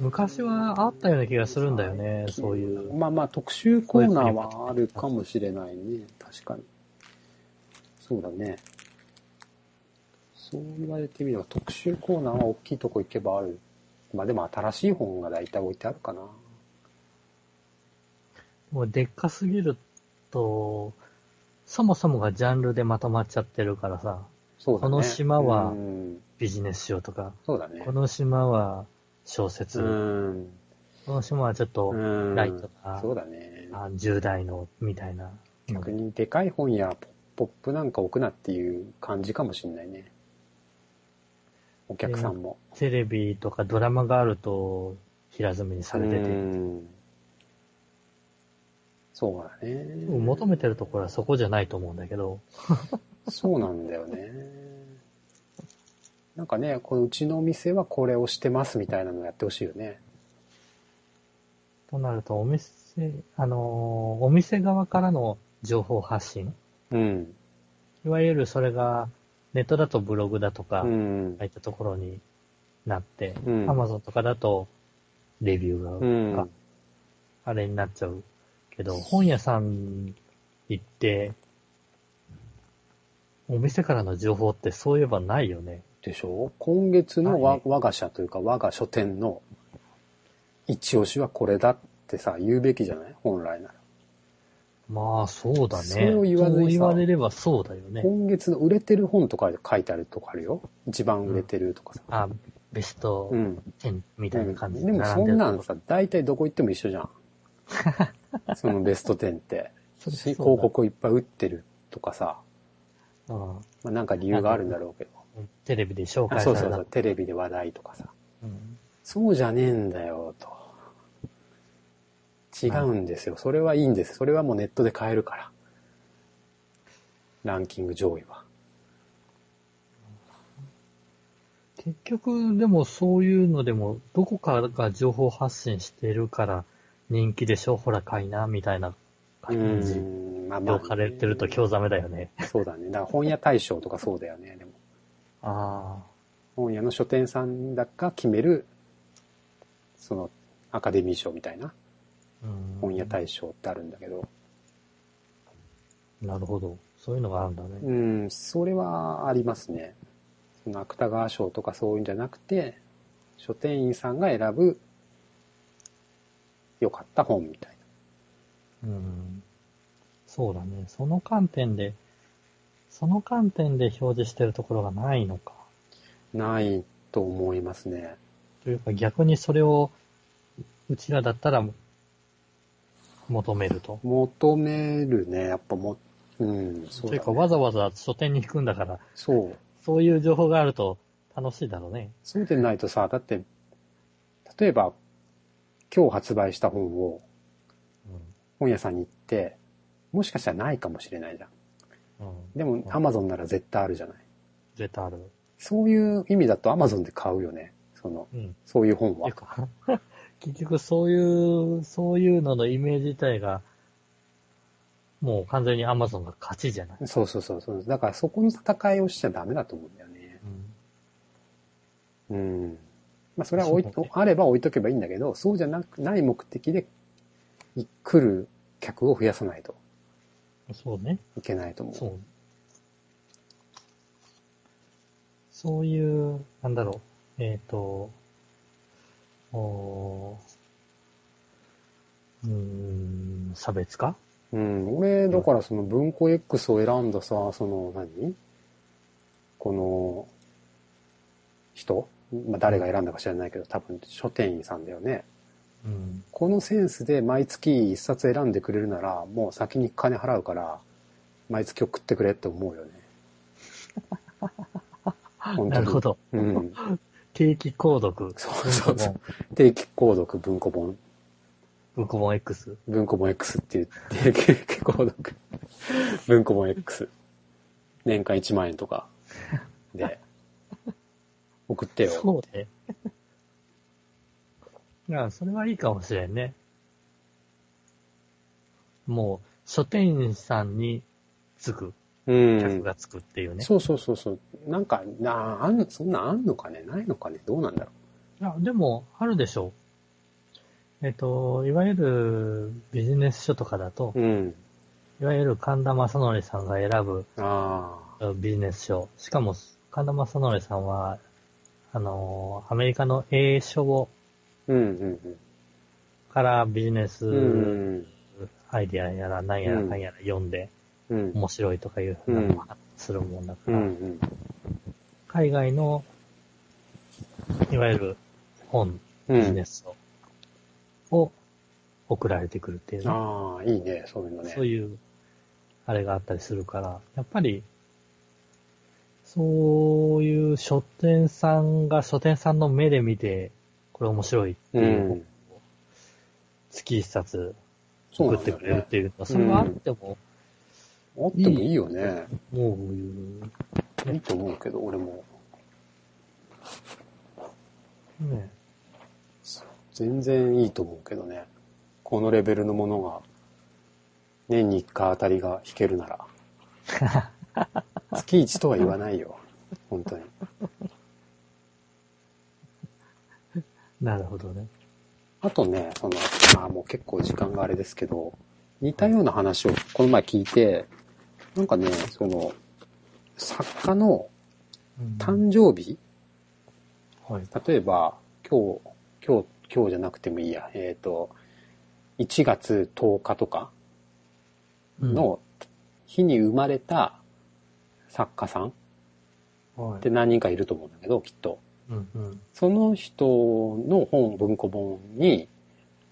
Speaker 2: 昔はあったような気がするんだよね、そういう。
Speaker 1: まあまあ、特集コーナーはあるかもしれないね。確かに。そうだね。そう言われてみれば、特集コーナーは大きいとこ行けばある。まあでも新しい本が大体置いてあるかな。
Speaker 2: もうでっかすぎると、そもそもがジャンルでまとまっちゃってるからさ、
Speaker 1: そうだね。
Speaker 2: この島は
Speaker 1: うん
Speaker 2: ビジネス書とか、
Speaker 1: そうだね
Speaker 2: こ。の島は小説、
Speaker 1: うん。
Speaker 2: この島はちょっと
Speaker 1: うん
Speaker 2: ライトな、
Speaker 1: そうだね。
Speaker 2: あ10代のみたいなの
Speaker 1: 逆
Speaker 2: で。
Speaker 1: にでかい本やポップなんか置くなっていう感じかもしんないね。お客さんも。
Speaker 2: テレビとかドラマがあると平積みにされて
Speaker 1: う
Speaker 2: て、
Speaker 1: んそうだね。
Speaker 2: 求めてるところはそこじゃないと思うんだけど、
Speaker 1: そうなんだよね。なんかね、こううちのお店はこれをしてますみたいなのやってほしいよね。
Speaker 2: となるとお店、あのーお店側からの情報発信、
Speaker 1: うん。
Speaker 2: いわゆるそれがネットだとブログだとか、
Speaker 1: う
Speaker 2: あ
Speaker 1: ん
Speaker 2: あ。いったところになって、
Speaker 1: うん
Speaker 2: Amazon とかだとレビューが、
Speaker 1: うん。
Speaker 2: あれになっちゃうけど、本屋さん行って、お店からの情報ってそういえばないよね。
Speaker 1: でしょ今月のわ
Speaker 2: はい
Speaker 1: 我が社というか我が書店の一押しはこれだってさ、言うべきじゃない本来なら。
Speaker 2: まあ、そうだね。
Speaker 1: それを言わずにさ
Speaker 2: そう言われればそうだよね。
Speaker 1: 今月の売れてる本とか書いてあるとかあるよ。一番売れてるとかさ。
Speaker 2: あ、ベスト
Speaker 1: うん。
Speaker 2: 10みたいな感じ
Speaker 1: でもそ
Speaker 2: る
Speaker 1: んなんさ、大体どこ行っても一緒 じゃん。そのベスト10って。
Speaker 2: それ
Speaker 1: 広
Speaker 2: そうだ
Speaker 1: 告をいっぱい打ってるとかさ、
Speaker 2: うん
Speaker 1: まあ、なんか理由があるんだろうけど。
Speaker 2: テレビで紹
Speaker 1: あ
Speaker 2: 介さ
Speaker 1: そ
Speaker 2: れ
Speaker 1: う
Speaker 2: た。
Speaker 1: そうそう、テレビで話題とかさ。
Speaker 2: うん
Speaker 1: そうじゃねえんだよ、と。違うんですよ。それはいいんです。それはもうネットで買えるから。ランキング上位は。
Speaker 2: 結局、でもそういうのでも、どこかが情報発信してるから人気でしょほら、買いな、みたいな感じ。
Speaker 1: ん、まあ
Speaker 2: をかれてると興ざめだよね。
Speaker 1: そうだね。だから本屋大賞とかそうだよね。でも
Speaker 2: ああ。
Speaker 1: 本屋の書店さんだか決める、その、アカデミー賞みたいな
Speaker 2: うん
Speaker 1: 本屋大賞ってあるんだけど、
Speaker 2: なるほど。そういうのがあるんだね。
Speaker 1: うん、それはありますね。その芥川賞とかそういうんじゃなくて、書店員さんが選ぶ良かった本みたい
Speaker 2: うん。そうだね。その観点で、その観点で表示してるところがないのか。
Speaker 1: な。ないと思いますね。
Speaker 2: というか逆にそれを、うちらだったら、求めると。
Speaker 1: 求めるね、やっぱも、うん、そう
Speaker 2: という
Speaker 1: だ、
Speaker 2: か
Speaker 1: ね。
Speaker 2: わざわざ書店に引くんだから、
Speaker 1: そう。
Speaker 2: そういう情報があると楽しいだろうね。
Speaker 1: そうでないとさ、だって、例えば、今日発売した本を本屋さんに行って、もしかしたらないかもしれないじゃん。
Speaker 2: うん。うん。
Speaker 1: でも、Amazon なら絶対あるじゃない。
Speaker 2: 絶対ある。
Speaker 1: そういう意味だと Amazon で買うよね。その、
Speaker 2: うん。
Speaker 1: そういう本
Speaker 2: てい
Speaker 1: は
Speaker 2: う。か、 結局そういう、そういうののイメージ自体が、もう完全に Amazon が勝ちじゃない。
Speaker 1: そうそうそうそう。だからそこの戦いをしちゃダメだと思うんだよね。うん。まあそれは置い
Speaker 2: そうだね
Speaker 1: あれば置いとけばいいんだけど、そうじゃなく、ない目的でい来る客を増やさないと
Speaker 2: そうね。
Speaker 1: いけないと思う。
Speaker 2: そう。そういう、なんだろう。えっ、と、おーうーん、差別化
Speaker 1: うん、俺、だからその文庫 X を選んださ、その何この、人まあ、誰が選んだか知らないけど、多分書店員さんだよね。
Speaker 2: うん。
Speaker 1: このセンスで毎月一冊選んでくれるなら、もう先に金払うから、毎月送ってくれって思 うよね。本当に
Speaker 2: なるほ。ど。
Speaker 1: うん。
Speaker 2: 定期購読。
Speaker 1: そうそうそう。定期購読文庫本。
Speaker 2: 文庫本 X。
Speaker 1: 文庫本 X って言って、定期購読。文庫本 X。年間1万円とか。で。送ってよ。
Speaker 2: そうね。 いや、それはいいかもしれんね。もう、書店員さんにつく、
Speaker 1: うん。
Speaker 2: 客がつくっていうね。
Speaker 1: そうそうそうそう。なんか、なあ、あん、そんなんあんのかねないのかねどうなんだろ
Speaker 2: いや、でも、あるでしょう。えっと、いわゆるビジネス書とかだと、
Speaker 1: う。うん。
Speaker 2: いわゆる神田正則さんが選ぶ
Speaker 1: ああ。
Speaker 2: えービジネス書。しかも、神田正則さんは、あのー、アメリカの英書を
Speaker 1: うんうん
Speaker 2: からビジネ
Speaker 1: う
Speaker 2: ス
Speaker 1: ん。
Speaker 2: アイディアやら何やら
Speaker 1: うん
Speaker 2: 何やら読んで
Speaker 1: うん。うん。
Speaker 2: 面白いとかいうふうなのをするもんだか
Speaker 1: うん
Speaker 2: ら、
Speaker 1: うん。
Speaker 2: 海外の、いわゆる本、
Speaker 1: う
Speaker 2: ビジネ
Speaker 1: ん。
Speaker 2: ス書を送られてくるっていうね。
Speaker 1: ああ、いいね、そういうのね
Speaker 2: そう。いう、あれがあったりするから、やっぱり、そういう書店さんが書店さんの目で見て、これ面白いって
Speaker 1: う
Speaker 2: いう、
Speaker 1: ん。
Speaker 2: 月一冊
Speaker 1: そう
Speaker 2: 送
Speaker 1: な
Speaker 2: っ
Speaker 1: ん
Speaker 2: て
Speaker 1: だ
Speaker 2: く
Speaker 1: よ
Speaker 2: れるっ
Speaker 1: ね。
Speaker 2: ていうのは、それはあっても、
Speaker 1: あってもいいよね。
Speaker 2: もういう、
Speaker 1: いいと思うけど、俺も。
Speaker 2: ね、
Speaker 1: 全然いいと思うけどね。このレベルのものが、年に1回あたりが弾けるなら。月1とは言わないよ。本当に。
Speaker 2: なるほどね。
Speaker 1: あとね、その、まあもう結構時間があれですけど、似たような話をこの前聞いて、なんかね、その、作家の
Speaker 2: うん
Speaker 1: 誕生日、
Speaker 2: はい。
Speaker 1: 例えば、今日、今日、今日じゃなくてもいいや、えっ、と、1月10日とか、の日に生まれた作家さんっ
Speaker 2: うん、はい
Speaker 1: て何人かいると思うんだけど、きっと。
Speaker 2: うんうん
Speaker 1: その人の本、文庫本に、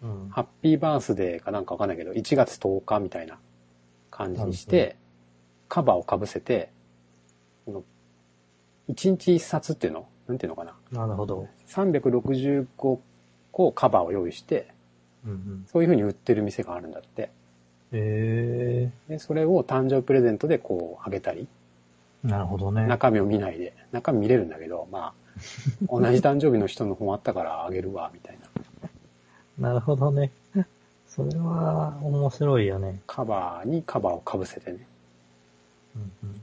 Speaker 2: うん
Speaker 1: ハッピーバースデーかなんかわかんないけど、1月10日みたいな感じにして、カバーをかぶせて、この1日1冊っていうのなんていうのかな
Speaker 2: なるほど。
Speaker 1: ?365 個カバーを用意して、
Speaker 2: うんうん、
Speaker 1: そういう風に売ってる店があるんだって。
Speaker 2: え
Speaker 1: で、それを誕生日プレゼントでこう、あげたり、
Speaker 2: ー、なるほどね。
Speaker 1: 中身を見ないで、中身見れるんだけど、まあ、同じ誕生日の人の本あったからあげるわ、みたいな。
Speaker 2: なるほどね。 それは面白いよね。
Speaker 1: カバーにカバーをかぶせてね。
Speaker 2: うんうん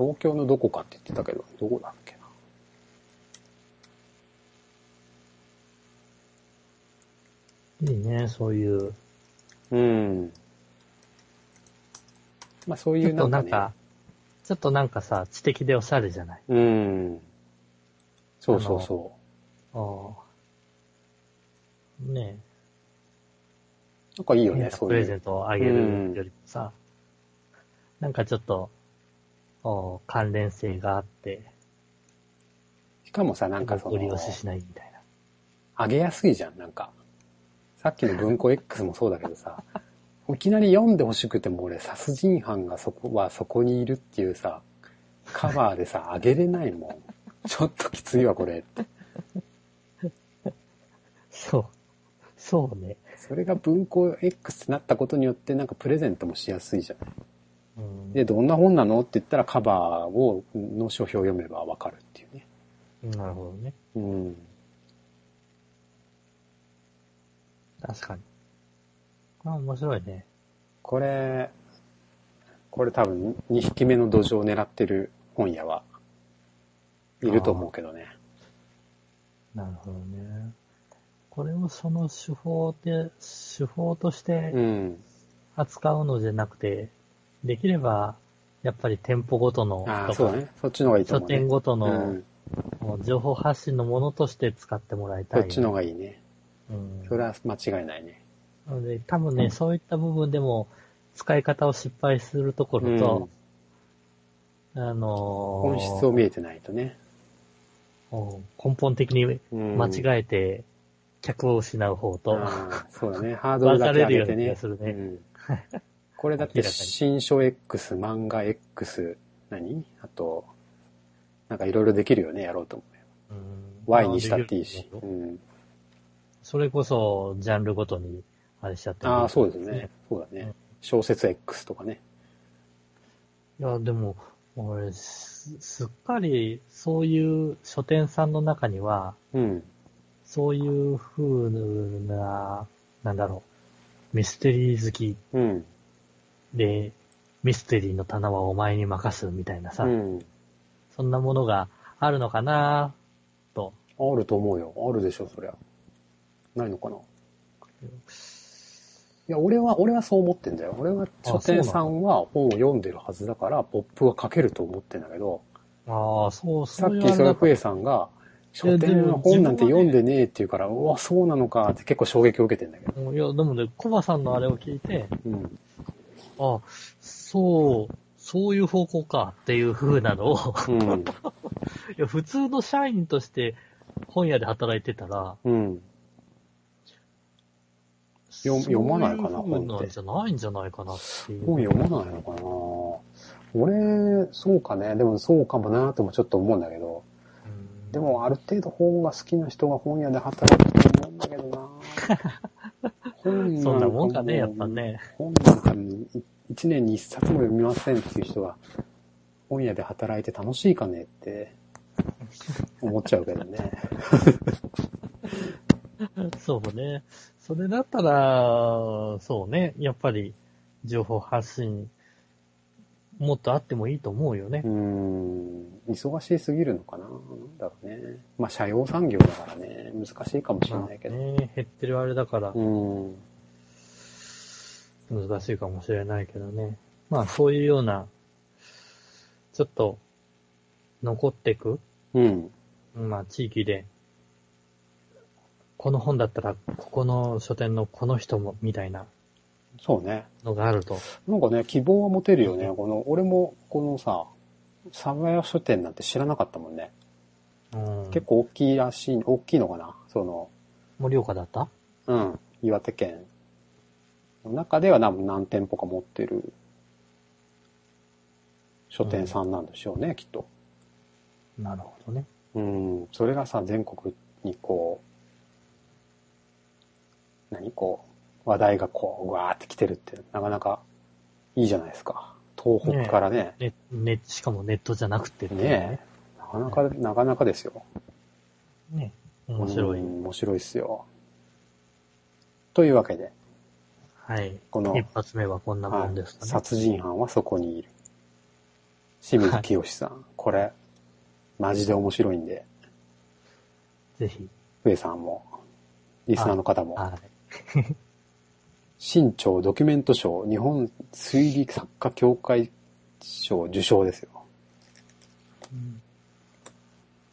Speaker 1: 東京のどこかって言ってたけど、どこだっけな。
Speaker 2: いいね、そういう。
Speaker 1: うん。まあそうい
Speaker 2: ちょ
Speaker 1: う
Speaker 2: っ
Speaker 1: な
Speaker 2: と
Speaker 1: ん
Speaker 2: な
Speaker 1: か、
Speaker 2: ん
Speaker 1: ね、
Speaker 2: か、ちょっとなんかさ、知的でおしゃれじゃない
Speaker 1: うん。そうそうそ
Speaker 2: ああ。ね
Speaker 1: う。なんかいい
Speaker 2: え。
Speaker 1: よ
Speaker 2: 変
Speaker 1: ね、
Speaker 2: な
Speaker 1: そ
Speaker 2: プ
Speaker 1: うい
Speaker 2: レゼ
Speaker 1: う。
Speaker 2: ントをあげるよりもさ、なんかちょっと、お関連性があって、
Speaker 1: しかもさ、なんかそ
Speaker 2: ご利
Speaker 1: の
Speaker 2: 用、ししないみたいな。
Speaker 1: あげやすいじゃん、なんか。さっきの文庫 X もそうだけどさ、いきなり読んでほしくても俺、殺人犯がそこはそこにいるっていうさ、カバーでさ、あげれないもん。ちょっときついわ、これって。
Speaker 2: そう。そうね。
Speaker 1: それが文庫 X ってなったことによって、なんかプレゼントもしやすいじゃん。
Speaker 2: うん。
Speaker 1: で、どんな本なのって言ったらカバーを、の書評を読めばわかるっていうね。
Speaker 2: なるほどね。
Speaker 1: うん。
Speaker 2: 確かに。あ、面白いね。
Speaker 1: これ、これ多分2匹目の土壌を狙ってる本屋はいると思うけどね。
Speaker 2: なるほどね。これをその手法で、手法として
Speaker 1: うん。
Speaker 2: 扱うのじゃなくて、できれば、やっぱり店舗ごとの
Speaker 1: ああ、
Speaker 2: と
Speaker 1: そう
Speaker 2: か、
Speaker 1: だね。そっちの方がいいと
Speaker 2: 書
Speaker 1: 思う、ね。
Speaker 2: 店ごと
Speaker 1: う
Speaker 2: の
Speaker 1: ん。
Speaker 2: もう情報発信のものとして使ってもらいた
Speaker 1: そ
Speaker 2: いよ
Speaker 1: っ
Speaker 2: ね。
Speaker 1: ちの方がいいね。
Speaker 2: うん
Speaker 1: それは間違いないね。
Speaker 2: なので、多分ね、
Speaker 1: うん
Speaker 2: そういった部分でも、使い方を失敗するところと、あのー
Speaker 1: 本質を見えてないとね。
Speaker 2: うん根本的に間違えて、客を失う方と、
Speaker 1: あーそうだ ね。ハードルだけ上げてね。
Speaker 2: 分かれるような気がするね
Speaker 1: ん これだって、
Speaker 2: 明らかに
Speaker 1: 新書 X、漫画 X、何あと、なんかいろいろできるよね、やろうと思う。
Speaker 2: うん
Speaker 1: Y にしたっていいし。うん、
Speaker 2: それこそ、ジャンルごとに、あれしちゃってもいい
Speaker 1: ああ、そうですね。。そうだね。小説 X とかね。
Speaker 2: いや、でも、俺、すすっかり、そういう書店さんの中には、
Speaker 1: うん。
Speaker 2: そういう風な、なんだろう、ミステリー好き
Speaker 1: うん。
Speaker 2: で、ミステリーの棚はお前に任すみたいな
Speaker 1: う
Speaker 2: さ、
Speaker 1: ん。
Speaker 2: そんなものがあるのかなと。
Speaker 1: あると思うよ。あるでしょ、そりゃ。ないのかな。いや、俺は、俺はそう思ってんだよ。俺は書店さんは本を読んでるはずだから、ポップは書けると思ってんだけど、
Speaker 2: ああ、そう、そ
Speaker 1: さ
Speaker 2: う
Speaker 1: っ
Speaker 2: いう
Speaker 1: き
Speaker 2: あ
Speaker 1: それ
Speaker 2: れだ
Speaker 1: ふえさんが、書店は本なんて読んでねえって言うから、うわ、そうなのかって結構衝撃を受けてんだけど。
Speaker 2: うんいや、でもね、コバさんのあれを聞いて、
Speaker 1: うん。
Speaker 2: あそう、そういう方向かっていう風なのを、
Speaker 1: うん。
Speaker 2: いや、普通の社員として本屋で働いてたら、
Speaker 1: うん。読読まないかな
Speaker 2: そういう風
Speaker 1: 本っ
Speaker 2: な
Speaker 1: て
Speaker 2: んじゃないんじゃないかなっていう。
Speaker 1: 本読まないのかな俺、そうかね。でもそうかもなともちょっと思うんだけど。
Speaker 2: うん
Speaker 1: でもある程度本が好きな人が本屋で働くと思うんだけどな本
Speaker 2: そ
Speaker 1: か
Speaker 2: んな
Speaker 1: も
Speaker 2: も
Speaker 1: うん
Speaker 2: かね、やっぱ。ね。
Speaker 1: 本なんか一年に一冊も読みませんっていう人が本屋で働いて楽しいかねって思っちゃうけどね。
Speaker 2: そうね。それだったら、そうね。やっぱり、情報発信、もっとあってもいいと思うよね
Speaker 1: うー。ん、忙しすぎるのかななんだろうね。まあ、社用産業だからね、難しいかもしれないけど。
Speaker 2: まあね、減ってるあれだから
Speaker 1: う、ん、
Speaker 2: 難しいかもしれないけどね。まあ、そういうような、ちょっと、残ってく、
Speaker 1: うん、
Speaker 2: まあ、地域で、この本だったら、ここの書店のこの人も、みたいな
Speaker 1: そうね。
Speaker 2: のがあると。
Speaker 1: なんかね、希望は持てるよね。この、俺も、このさ、サブヤ書店なんて知らなかったもんね。
Speaker 2: うん、
Speaker 1: 結構大きいらしい、大きいのかなその、
Speaker 2: 盛岡だった
Speaker 1: うん、岩手県の中では多分何店舗か持ってる書店さんなんでしょうね、きっと。
Speaker 2: なるほどね。
Speaker 1: うん、それがさ、全国にこう、何こう、話題がこう、うわーって来てるって、なかなかいいじゃないですか。東北からね、
Speaker 2: ね、ね、しかもネットじゃなくてっていう
Speaker 1: ねえ、なかなか、なかなかですよ。
Speaker 2: ね。ね。面白い。
Speaker 1: うん面白いっすよ。というわけで、
Speaker 2: はい。
Speaker 1: この
Speaker 2: 一発目はこんなもんですかね。
Speaker 1: 殺人犯はそこにいる。清水清さん、これ、マジで面白いんで、
Speaker 2: ぜひ。
Speaker 1: 上さんも、リスナーの方も、
Speaker 2: はい。
Speaker 1: 新潮ドキュメント賞日本推理作家協会賞受賞ですよ。
Speaker 2: うん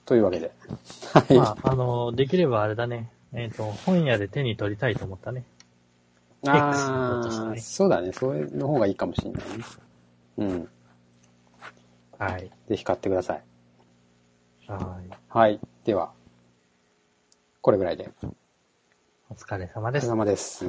Speaker 1: というわけで。はい。
Speaker 2: まあ、あの、できればあれだね。えっ、と、本屋で手に取りたいと思ったね。
Speaker 1: あ
Speaker 2: X のこと
Speaker 1: ー
Speaker 2: ですね
Speaker 1: そうだね。それの方がいいかもしれないね。うん。
Speaker 2: はい。
Speaker 1: ぜひ買ってください。
Speaker 2: はい。
Speaker 1: はい。では、これぐらいで。
Speaker 2: お疲れ様
Speaker 1: お
Speaker 2: で
Speaker 1: 疲れ
Speaker 2: す。
Speaker 1: 様です。